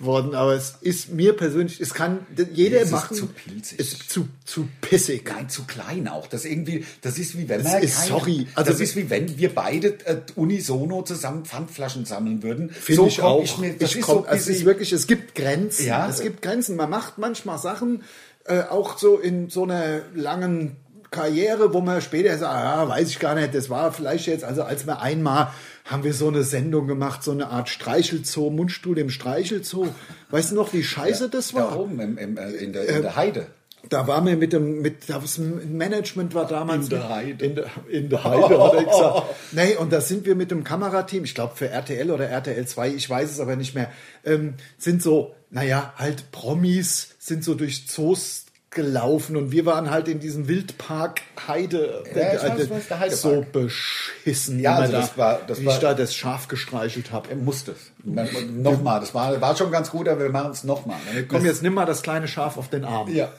[SPEAKER 1] worden, aber es ist mir persönlich, es kann jeder
[SPEAKER 2] Es ist
[SPEAKER 1] machen.
[SPEAKER 2] zu pilzig.
[SPEAKER 1] Ist zu zu pissig.
[SPEAKER 2] Nein, zu klein auch. Das irgendwie, das ist wie wenn
[SPEAKER 1] Das
[SPEAKER 2] man
[SPEAKER 1] ist- sorry, also-
[SPEAKER 2] das ist wie wenn wir beide äh, unisono zusammen Pfandflaschen sammeln würden.
[SPEAKER 1] Finde ich
[SPEAKER 2] komm
[SPEAKER 1] auch.
[SPEAKER 2] mir, das
[SPEAKER 1] Ich
[SPEAKER 2] ist
[SPEAKER 1] komm-
[SPEAKER 2] so
[SPEAKER 1] also es ist
[SPEAKER 2] bisschen-
[SPEAKER 1] wirklich, es gibt Grenzen.
[SPEAKER 2] Ja.
[SPEAKER 1] Es gibt Grenzen. Man macht manchmal Sachen, äh, auch so in so einer langen Karriere, wo man später sagt, ah, weiß ich gar nicht, das war vielleicht jetzt, also als wir einmal haben wir so eine Sendung gemacht, so eine Art Streichelzoo, Mundstuhl im Streichelzoo. Weißt du noch, wie scheiße das war?
[SPEAKER 2] Da oben im, im, äh, in, der, in der Heide.
[SPEAKER 1] Da waren wir mit dem, mit, das Management war damals.
[SPEAKER 2] In der Heide.
[SPEAKER 1] In der, in der Heide, hat er gesagt. Nee, und da sind wir mit dem Kamerateam, ich glaube für RTL oder RTL 2, ich weiß es aber nicht mehr, ähm, sind so, naja, halt Promis, sind so durch Zoos gelaufen und wir waren halt in diesem Wildpark Heide, äh,
[SPEAKER 2] Ja, ich weiß, ich weiß, der Heidepark.
[SPEAKER 1] so beschissen,
[SPEAKER 2] Ja,
[SPEAKER 1] immer
[SPEAKER 2] also das war- das
[SPEAKER 1] wie
[SPEAKER 2] war-
[SPEAKER 1] ich da das Schaf gestreichelt habe.
[SPEAKER 2] Musste. Nochmal, das war, war schon ganz gut, aber wir machen es nochmal.
[SPEAKER 1] Komm, jetzt nimm mal das kleine Schaf auf den Arm.
[SPEAKER 2] Ja.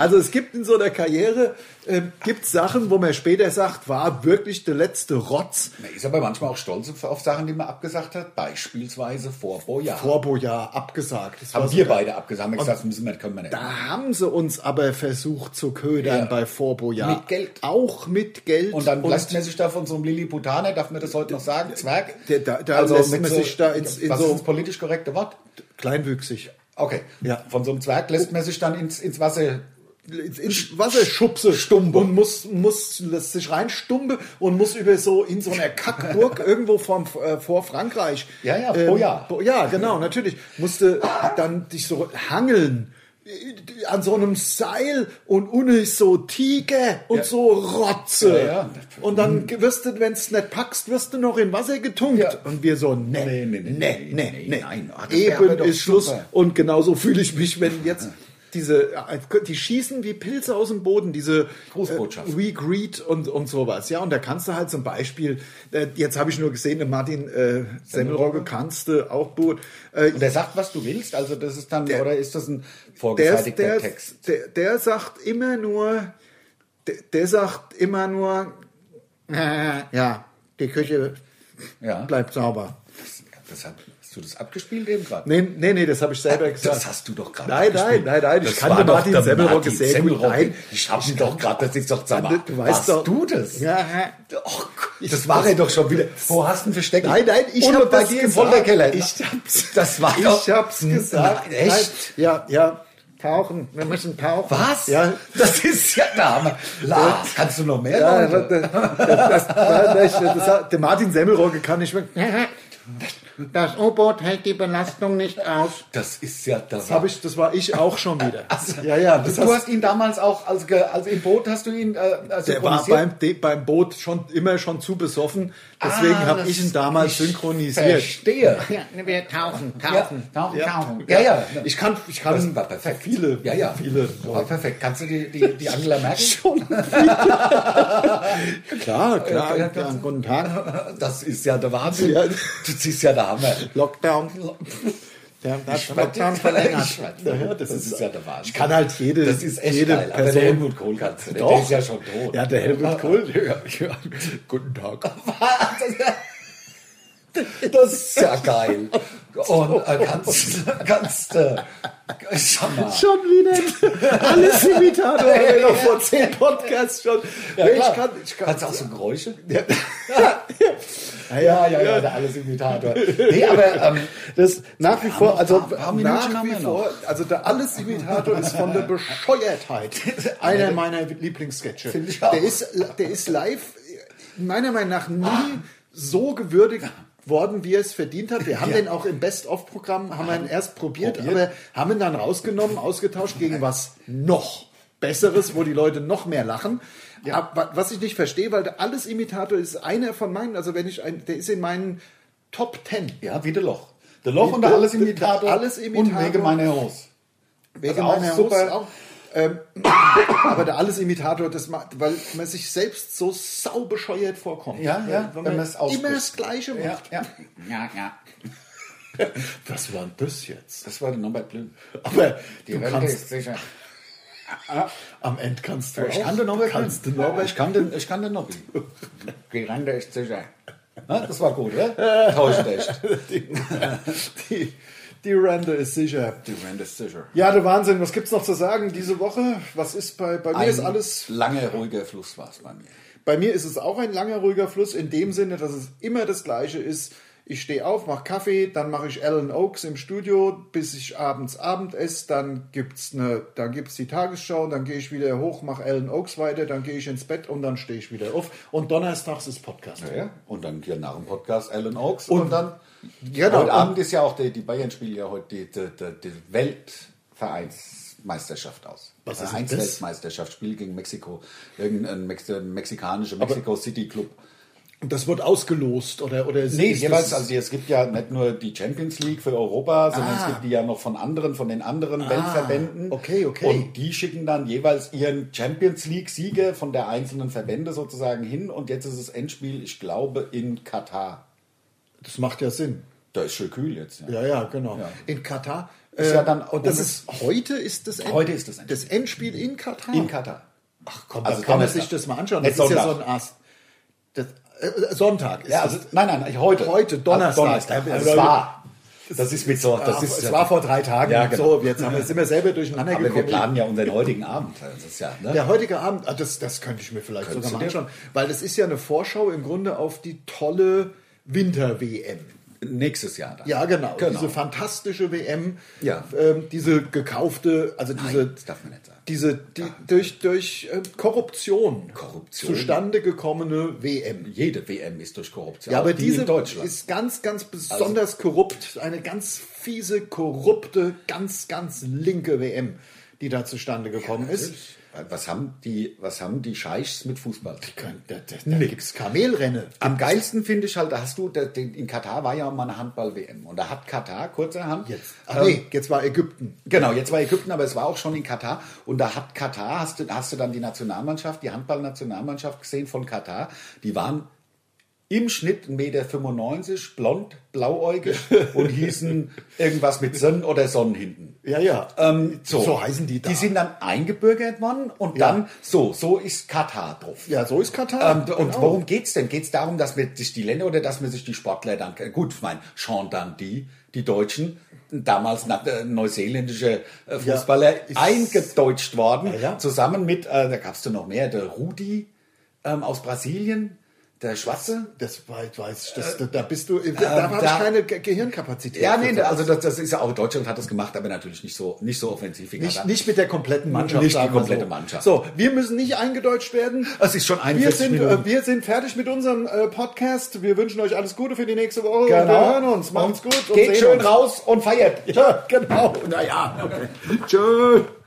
[SPEAKER 1] Also es gibt in so einer Karriere, äh, gibt Sachen, wo man später sagt, war wirklich der letzte Rotz.
[SPEAKER 2] Man ist aber manchmal auch stolz auf- auf Sachen, die man abgesagt hat. Beispielsweise vor Boyard.
[SPEAKER 1] Vorboja abgesagt. Das war
[SPEAKER 2] haben
[SPEAKER 1] so
[SPEAKER 2] wir
[SPEAKER 1] geil.
[SPEAKER 2] beide abgesagt. Haben wir gesagt, müssen wir, können wir nicht.
[SPEAKER 1] Da haben sie uns aber versucht zu ködern
[SPEAKER 2] Ja.
[SPEAKER 1] bei Vorboja.
[SPEAKER 2] Mit Geld.
[SPEAKER 1] Auch mit Geld.
[SPEAKER 2] Und dann lässt man sich da von so einem Lilliputaner, darf man das heute noch sagen, Zwerg. Also
[SPEAKER 1] Der- da- da lässt
[SPEAKER 2] mit
[SPEAKER 1] man sich da ins- in
[SPEAKER 2] was
[SPEAKER 1] so-
[SPEAKER 2] ist das politisch korrekte Wort?
[SPEAKER 1] kleinwüchsig.
[SPEAKER 2] Okay.
[SPEAKER 1] Ja.
[SPEAKER 2] Von so einem Zwerg lässt man sich dann ins, ins Wasser.
[SPEAKER 1] ins ins Wasser schubse stumpe und muss muss lässt sich reinstumpe und muss über so in so einer Kackburg irgendwo vom, äh, vor Frankreich Ähm,
[SPEAKER 2] Ja, ja, oh ja.
[SPEAKER 1] bo- ja genau natürlich musste dann dich so hangeln äh, an so einem Seil und ohne so Tiger und
[SPEAKER 2] Ja.
[SPEAKER 1] so Rotze.
[SPEAKER 2] Ja, ja.
[SPEAKER 1] Und dann wirst du, wenn es nicht packst, wirst du noch in Wasser getunkt.
[SPEAKER 2] Ja.
[SPEAKER 1] Und wir so, ne,
[SPEAKER 2] Nee, nee,
[SPEAKER 1] ne, ne,
[SPEAKER 2] nee,
[SPEAKER 1] ne,
[SPEAKER 2] nee,
[SPEAKER 1] ne,
[SPEAKER 2] nee,
[SPEAKER 1] ne.
[SPEAKER 2] nein. Ach, das wär aber
[SPEAKER 1] Eben
[SPEAKER 2] doch
[SPEAKER 1] ist Schluss.
[SPEAKER 2] super.
[SPEAKER 1] Und genauso fühle ich mich, wenn jetzt diese, äh, die schießen wie Pilze aus dem Boden, diese
[SPEAKER 2] Grußbotschaft.
[SPEAKER 1] Äh, We Greet und, und sowas. Ja, und da kannst du halt zum Beispiel, äh, jetzt habe ich nur gesehen, den Martin äh, Semmelrogge kannst du auch gut. Äh,
[SPEAKER 2] Und der sagt, was du willst. Also das ist dann, oder ist das ein
[SPEAKER 1] der,
[SPEAKER 2] vorgefertigter
[SPEAKER 1] der,
[SPEAKER 2] Text?
[SPEAKER 1] der, der sagt immer nur, der, der sagt immer nur, äh, ja, die Küche
[SPEAKER 2] Ja.
[SPEAKER 1] bleibt sauber.
[SPEAKER 2] Das hat, hast du das abgespielt eben gerade?
[SPEAKER 1] Nee, nee, nee, das habe ich selber gesagt.
[SPEAKER 2] Das hast du doch gerade.
[SPEAKER 1] Nein, nein,
[SPEAKER 2] abgespielt.
[SPEAKER 1] nein, nein, ich
[SPEAKER 2] Das
[SPEAKER 1] kannte
[SPEAKER 2] war doch
[SPEAKER 1] Martin
[SPEAKER 2] der
[SPEAKER 1] Semmelrogge
[SPEAKER 2] Martin
[SPEAKER 1] sehr gut.
[SPEAKER 2] Semmelrogge.
[SPEAKER 1] Nein,
[SPEAKER 2] Ich hab ihn doch gerade, das ist doch
[SPEAKER 1] Du-
[SPEAKER 2] Zimmer.
[SPEAKER 1] du weißt
[SPEAKER 2] Warst
[SPEAKER 1] doch-
[SPEAKER 2] du das?
[SPEAKER 1] Ja,
[SPEAKER 2] Och, das war er doch schon wieder. Wo hast du ihn versteckt?
[SPEAKER 1] Nein, nein, ich
[SPEAKER 2] Ohne
[SPEAKER 1] hab
[SPEAKER 2] bei
[SPEAKER 1] das
[SPEAKER 2] dir im
[SPEAKER 1] gesagt.
[SPEAKER 2] Folterkeller.
[SPEAKER 1] Ich hab's-
[SPEAKER 2] Das war doch.
[SPEAKER 1] ich hab's gesagt.
[SPEAKER 2] Nein, echt?
[SPEAKER 1] Nein, ja, ja. Tauchen, wir müssen tauchen.
[SPEAKER 2] Was?
[SPEAKER 1] Ja.
[SPEAKER 2] Das ist ja Name. Lars, kannst du noch mehr?
[SPEAKER 1] Ja, das,
[SPEAKER 2] Leute?
[SPEAKER 1] das, das, das, das, hat- der Martin Semmelrogge kann nicht mehr.
[SPEAKER 3] Das U-Boot hält die Belastung nicht aus.
[SPEAKER 2] Das ist ja das.
[SPEAKER 1] Hab ich, das war ich auch schon wieder.
[SPEAKER 2] Also,
[SPEAKER 1] ja, ja, das
[SPEAKER 2] du
[SPEAKER 1] hast,
[SPEAKER 2] hast ihn damals auch, also, ge- also im Boot hast du ihn äh, also
[SPEAKER 1] der war beim, de- beim Boot schon immer schon zu besoffen. Deswegen
[SPEAKER 2] Ah,
[SPEAKER 1] habe
[SPEAKER 2] das-
[SPEAKER 1] ich ihn damals synchronisiert.
[SPEAKER 2] Verstehe.
[SPEAKER 3] Ja, wir tauchen,
[SPEAKER 2] Ja,
[SPEAKER 3] tauchen.
[SPEAKER 2] tauchen,
[SPEAKER 1] Ja.
[SPEAKER 2] tauchen. Ja, ja.
[SPEAKER 1] Ich kann, ich
[SPEAKER 2] Das
[SPEAKER 1] kann
[SPEAKER 2] war perfekt.
[SPEAKER 1] viele,
[SPEAKER 2] ja, ja.
[SPEAKER 1] viele.
[SPEAKER 2] War perfekt. Kannst du die, die, die Angela merken?
[SPEAKER 1] Klar, klar,
[SPEAKER 2] Ja,
[SPEAKER 1] klar. Guten Tag.
[SPEAKER 2] Das ist ja der Wahnsinn.
[SPEAKER 1] Ja.
[SPEAKER 2] Das ist ja der Hammer.
[SPEAKER 1] Lockdown. Der hat
[SPEAKER 2] Ich
[SPEAKER 1] Lockdown
[SPEAKER 2] weiß-
[SPEAKER 1] verlängert.
[SPEAKER 2] ich weiß-
[SPEAKER 1] Ja, das,
[SPEAKER 2] Das
[SPEAKER 1] ist,
[SPEAKER 2] ist ja der Wahnsinn.
[SPEAKER 1] Ich kann halt jede,
[SPEAKER 2] Das ist echt
[SPEAKER 1] jede
[SPEAKER 2] geil. Aber
[SPEAKER 1] Person.
[SPEAKER 2] der Helmut Kohl kannst du nicht. Der
[SPEAKER 1] Doch.
[SPEAKER 2] ist ja schon tot. Ah,
[SPEAKER 1] ja, der Helmut Kohl. Ja, ja. Guten Tag.
[SPEAKER 2] Das ist ja geil. Und äh, kannst, kannst äh, schau mal.
[SPEAKER 1] Schon wieder. Alles Imitator. Ja, ja. Noch vor zehn Podcasts schon.
[SPEAKER 2] Ja,
[SPEAKER 1] Nee,
[SPEAKER 2] klar.
[SPEAKER 1] ich kann, ich kann.
[SPEAKER 2] Kannst du auch so Geräusche?
[SPEAKER 1] Ja,
[SPEAKER 2] Ja, ja, ja, der alles Imitator. Nee, aber ähm,
[SPEAKER 1] Das nach wie vor, also
[SPEAKER 2] paar- paar Minuten
[SPEAKER 1] nach
[SPEAKER 2] haben
[SPEAKER 1] wie
[SPEAKER 2] wir
[SPEAKER 1] vor, also der alles Imitator ist von der Bescheuertheit einer meiner Lieblingssketche.
[SPEAKER 2] Find ich auch.
[SPEAKER 1] Der ist, der ist live meiner Meinung nach nie so gewürdigt worden, wie er es verdient hat. Wir haben den auch im Best-of-Programm, haben wir ihn erst probiert, aber haben ihn dann rausgenommen, ausgetauscht gegen was noch Besseres, wo die Leute noch mehr lachen. Aber was ich nicht verstehe, weil der alles Imitator ist einer von meinen, also wenn ich ein, der ist in meinen Top Ten.
[SPEAKER 2] ja, wie der Loch. Der Loch
[SPEAKER 1] Wie
[SPEAKER 2] und der
[SPEAKER 1] der-
[SPEAKER 2] alles
[SPEAKER 1] der- der
[SPEAKER 2] Imitator.
[SPEAKER 1] Alles
[SPEAKER 2] Und
[SPEAKER 1] Imitator.
[SPEAKER 2] Wege meiner Hose.
[SPEAKER 1] Wegen
[SPEAKER 2] Also auch
[SPEAKER 1] meiner
[SPEAKER 2] super.
[SPEAKER 1] Hose auch. Ähm, aber der Alles-Imitator, das macht, weil man sich selbst so saubescheuert vorkommt.
[SPEAKER 2] Ja, ja, wenn
[SPEAKER 1] Wenn, man
[SPEAKER 2] man's ausspricht.
[SPEAKER 1] immer das Gleiche macht.
[SPEAKER 2] Ja, ja.
[SPEAKER 3] Ja, ja.
[SPEAKER 1] Was war denn das jetzt?
[SPEAKER 2] Das war der Norbert Blüm.
[SPEAKER 1] Aber
[SPEAKER 2] Die
[SPEAKER 1] du
[SPEAKER 2] Welt
[SPEAKER 1] kannst,
[SPEAKER 2] ist sicher.
[SPEAKER 1] am Ende kannst du
[SPEAKER 2] Ich
[SPEAKER 1] auch.
[SPEAKER 2] kann den Norbert
[SPEAKER 1] kannst du
[SPEAKER 2] Blüm.
[SPEAKER 1] Norbert.
[SPEAKER 2] Ich kann den, ich kann den Nobby. Die Rande ist sicher. Na, das war gut, oder? Täuscht echt.
[SPEAKER 1] Die, die Rande ist sicher.
[SPEAKER 2] Die Rande ist sicher.
[SPEAKER 1] Ja, der Wahnsinn. Was gibt's noch zu sagen diese Woche? Was ist bei, bei mir ist alles
[SPEAKER 2] Lange ruhiger Fluss war es bei mir.
[SPEAKER 1] Bei mir ist es auch ein langer, ruhiger Fluss in dem Sinne, dass es immer das Gleiche ist. Ich stehe auf, mache Kaffee, dann mache ich Alan Oaks im Studio, bis ich abends Abend esse, dann gibt's ne, dann gibt's die Tagesschau, dann gehe ich wieder hoch, mache Alan Oaks weiter, dann gehe ich ins Bett und dann stehe ich wieder auf. Und donnerstags ist Podcast.
[SPEAKER 2] Ja, ja. Und dann hier nach dem Podcast Alan Oaks. Und, dann.
[SPEAKER 1] Genau,
[SPEAKER 2] heute
[SPEAKER 1] und-
[SPEAKER 2] Abend ist ja auch die, die Bayern spielen ja heute die, die, die, die Weltvereinsmeisterschaft aus.
[SPEAKER 1] Was ist denn das?
[SPEAKER 2] Vereinsweltmeisterschaft, Spiel gegen Mexiko. Irgendein Mex mexikanischer Mexico City Club.
[SPEAKER 1] Und das wird ausgelost oder oder
[SPEAKER 2] Nee,
[SPEAKER 1] ist
[SPEAKER 2] jeweils,
[SPEAKER 1] das-
[SPEAKER 2] also es gibt ja nicht nur die Champions League für Europa, sondern
[SPEAKER 1] Ah.
[SPEAKER 2] es gibt die ja noch von anderen, von den anderen Weltverbänden.
[SPEAKER 1] okay, okay.
[SPEAKER 2] Und die schicken dann jeweils ihren Champions League-Sieger von der einzelnen Verbände sozusagen hin. Und jetzt ist das Endspiel, ich glaube, in Katar.
[SPEAKER 1] das macht ja Sinn.
[SPEAKER 2] Da ist schön kühl jetzt.
[SPEAKER 1] Ja, ja, genau.
[SPEAKER 2] Ja.
[SPEAKER 1] In Katar.
[SPEAKER 2] Ist
[SPEAKER 1] äh,
[SPEAKER 2] ja dann-
[SPEAKER 1] und das ist heute ist das End-
[SPEAKER 2] Heute ist das Endspiel.
[SPEAKER 1] das Endspiel in Katar.
[SPEAKER 2] In Katar.
[SPEAKER 1] Ach komm,
[SPEAKER 2] Also
[SPEAKER 1] dann kann man
[SPEAKER 2] Donnerstag.
[SPEAKER 1] sich das mal anschauen. Das
[SPEAKER 2] Nicht
[SPEAKER 1] ist ja so
[SPEAKER 2] Sonntag.
[SPEAKER 1] ein Ast. Das, äh, Sonntag ist
[SPEAKER 2] Ja, also, nein, nein, nein, heute.
[SPEAKER 1] Heute, Donnerstag.
[SPEAKER 2] Also,
[SPEAKER 1] Also,
[SPEAKER 2] es war. Das ist mit so.
[SPEAKER 1] das,
[SPEAKER 2] Das
[SPEAKER 1] das
[SPEAKER 2] ist,
[SPEAKER 1] ah, es war vor drei Tagen.
[SPEAKER 2] Ja, genau.
[SPEAKER 1] So, jetzt haben wir, sind wir selber durcheinander
[SPEAKER 2] aber wir
[SPEAKER 1] gekommen.
[SPEAKER 2] planen ja unseren heutigen Abend. Das ist ja, ne?
[SPEAKER 1] Der heutige Abend, ah, das, das könnte ich mir vielleicht
[SPEAKER 2] Könntest
[SPEAKER 1] sogar mal
[SPEAKER 2] du dir-
[SPEAKER 1] anschauen, weil das ist ja eine Vorschau im Grunde auf die tolle Winter-WM.
[SPEAKER 2] Nächstes Jahr dann.
[SPEAKER 1] Ja, genau.
[SPEAKER 2] Genau.
[SPEAKER 1] Diese fantastische WM,
[SPEAKER 2] Ja.
[SPEAKER 1] ähm, diese gekaufte, also diese,
[SPEAKER 2] das darf man nicht sagen.
[SPEAKER 1] diese die, durch, durch äh, Korruption,
[SPEAKER 2] Korruption.
[SPEAKER 1] zustande gekommene WM.
[SPEAKER 2] Jede WM ist durch Korruption.
[SPEAKER 1] Ja,
[SPEAKER 2] auch
[SPEAKER 1] aber
[SPEAKER 2] die
[SPEAKER 1] diese
[SPEAKER 2] in Deutschland. Also
[SPEAKER 1] ist ganz, ganz besonders korrupt. Eine ganz fiese, korrupte, ganz, ganz linke WM, die da zustande gekommen ist.
[SPEAKER 2] Was haben die, was haben die Scheichs mit Fußball?
[SPEAKER 1] Da, da, da gibt es Kamelrennen.
[SPEAKER 2] Am geilsten finde ich halt, da hast du, da- den- in Katar war ja mal eine Handball-WM und da hat Katar kurzerhand.
[SPEAKER 1] Jetzt.
[SPEAKER 2] Ähm,
[SPEAKER 1] Ach nee, jetzt war Ägypten.
[SPEAKER 2] Genau, jetzt war Ägypten, aber es war auch schon in Katar. Und da hat Katar, hast du, hast du dann die Nationalmannschaft, die Handball-Nationalmannschaft gesehen von Katar. Die waren im Schnitt 1,95 Meter, blond, blauäugig und hießen irgendwas mit Sonnen oder Sonnen hinten.
[SPEAKER 1] Ja, ja.
[SPEAKER 2] Ähm, so.
[SPEAKER 1] So heißen die da.
[SPEAKER 2] Die sind dann eingebürgert worden und
[SPEAKER 1] Ja.
[SPEAKER 2] dann so, so ist Katar drauf.
[SPEAKER 1] ja, genau. so ist Katar.
[SPEAKER 2] Ähm, Und worum geht's denn? Geht's darum, dass man sich die Länder oder dass man sich die Sportler dann äh, gut, ich meine, Sean Dundee, die Deutschen, damals nach, äh, neuseeländische äh, Fußballer
[SPEAKER 1] ist-
[SPEAKER 2] eingedeutscht worden,
[SPEAKER 1] Ja, ja.
[SPEAKER 2] zusammen mit, äh, da gab's da noch mehr, der Rudi ähm, aus Brasilien, der Schwarze.
[SPEAKER 1] Das wei- weiß ich, das, da- da bist du, da habe ich
[SPEAKER 2] Ähm, da-
[SPEAKER 1] keine Ge Gehirnkapazität.
[SPEAKER 2] Ja,
[SPEAKER 1] für
[SPEAKER 2] nee,
[SPEAKER 1] sowas.
[SPEAKER 2] also das, das ist ja auch Deutschland hat das gemacht, aber natürlich nicht so, nicht so offensiv wie
[SPEAKER 1] Nicht,
[SPEAKER 2] Katar.
[SPEAKER 1] nicht mit der kompletten Mannschaft.
[SPEAKER 2] Nicht die
[SPEAKER 1] sagen wir
[SPEAKER 2] komplette
[SPEAKER 1] so.
[SPEAKER 2] Mannschaft.
[SPEAKER 1] So, wir müssen nicht eingedeutscht werden.
[SPEAKER 2] Es ist schon
[SPEAKER 1] Wir
[SPEAKER 2] 41
[SPEAKER 1] sind,
[SPEAKER 2] Minuten.
[SPEAKER 1] äh, wir sind fertig mit unserem äh, Podcast. Wir wünschen euch alles Gute für die nächste Woche. Und
[SPEAKER 2] Genau.
[SPEAKER 1] wir hören uns. Macht's gut. und
[SPEAKER 2] Geht
[SPEAKER 1] sehen
[SPEAKER 2] schön
[SPEAKER 1] uns.
[SPEAKER 2] raus und feiert.
[SPEAKER 1] Ja, genau. Naja. Okay. Tschüss.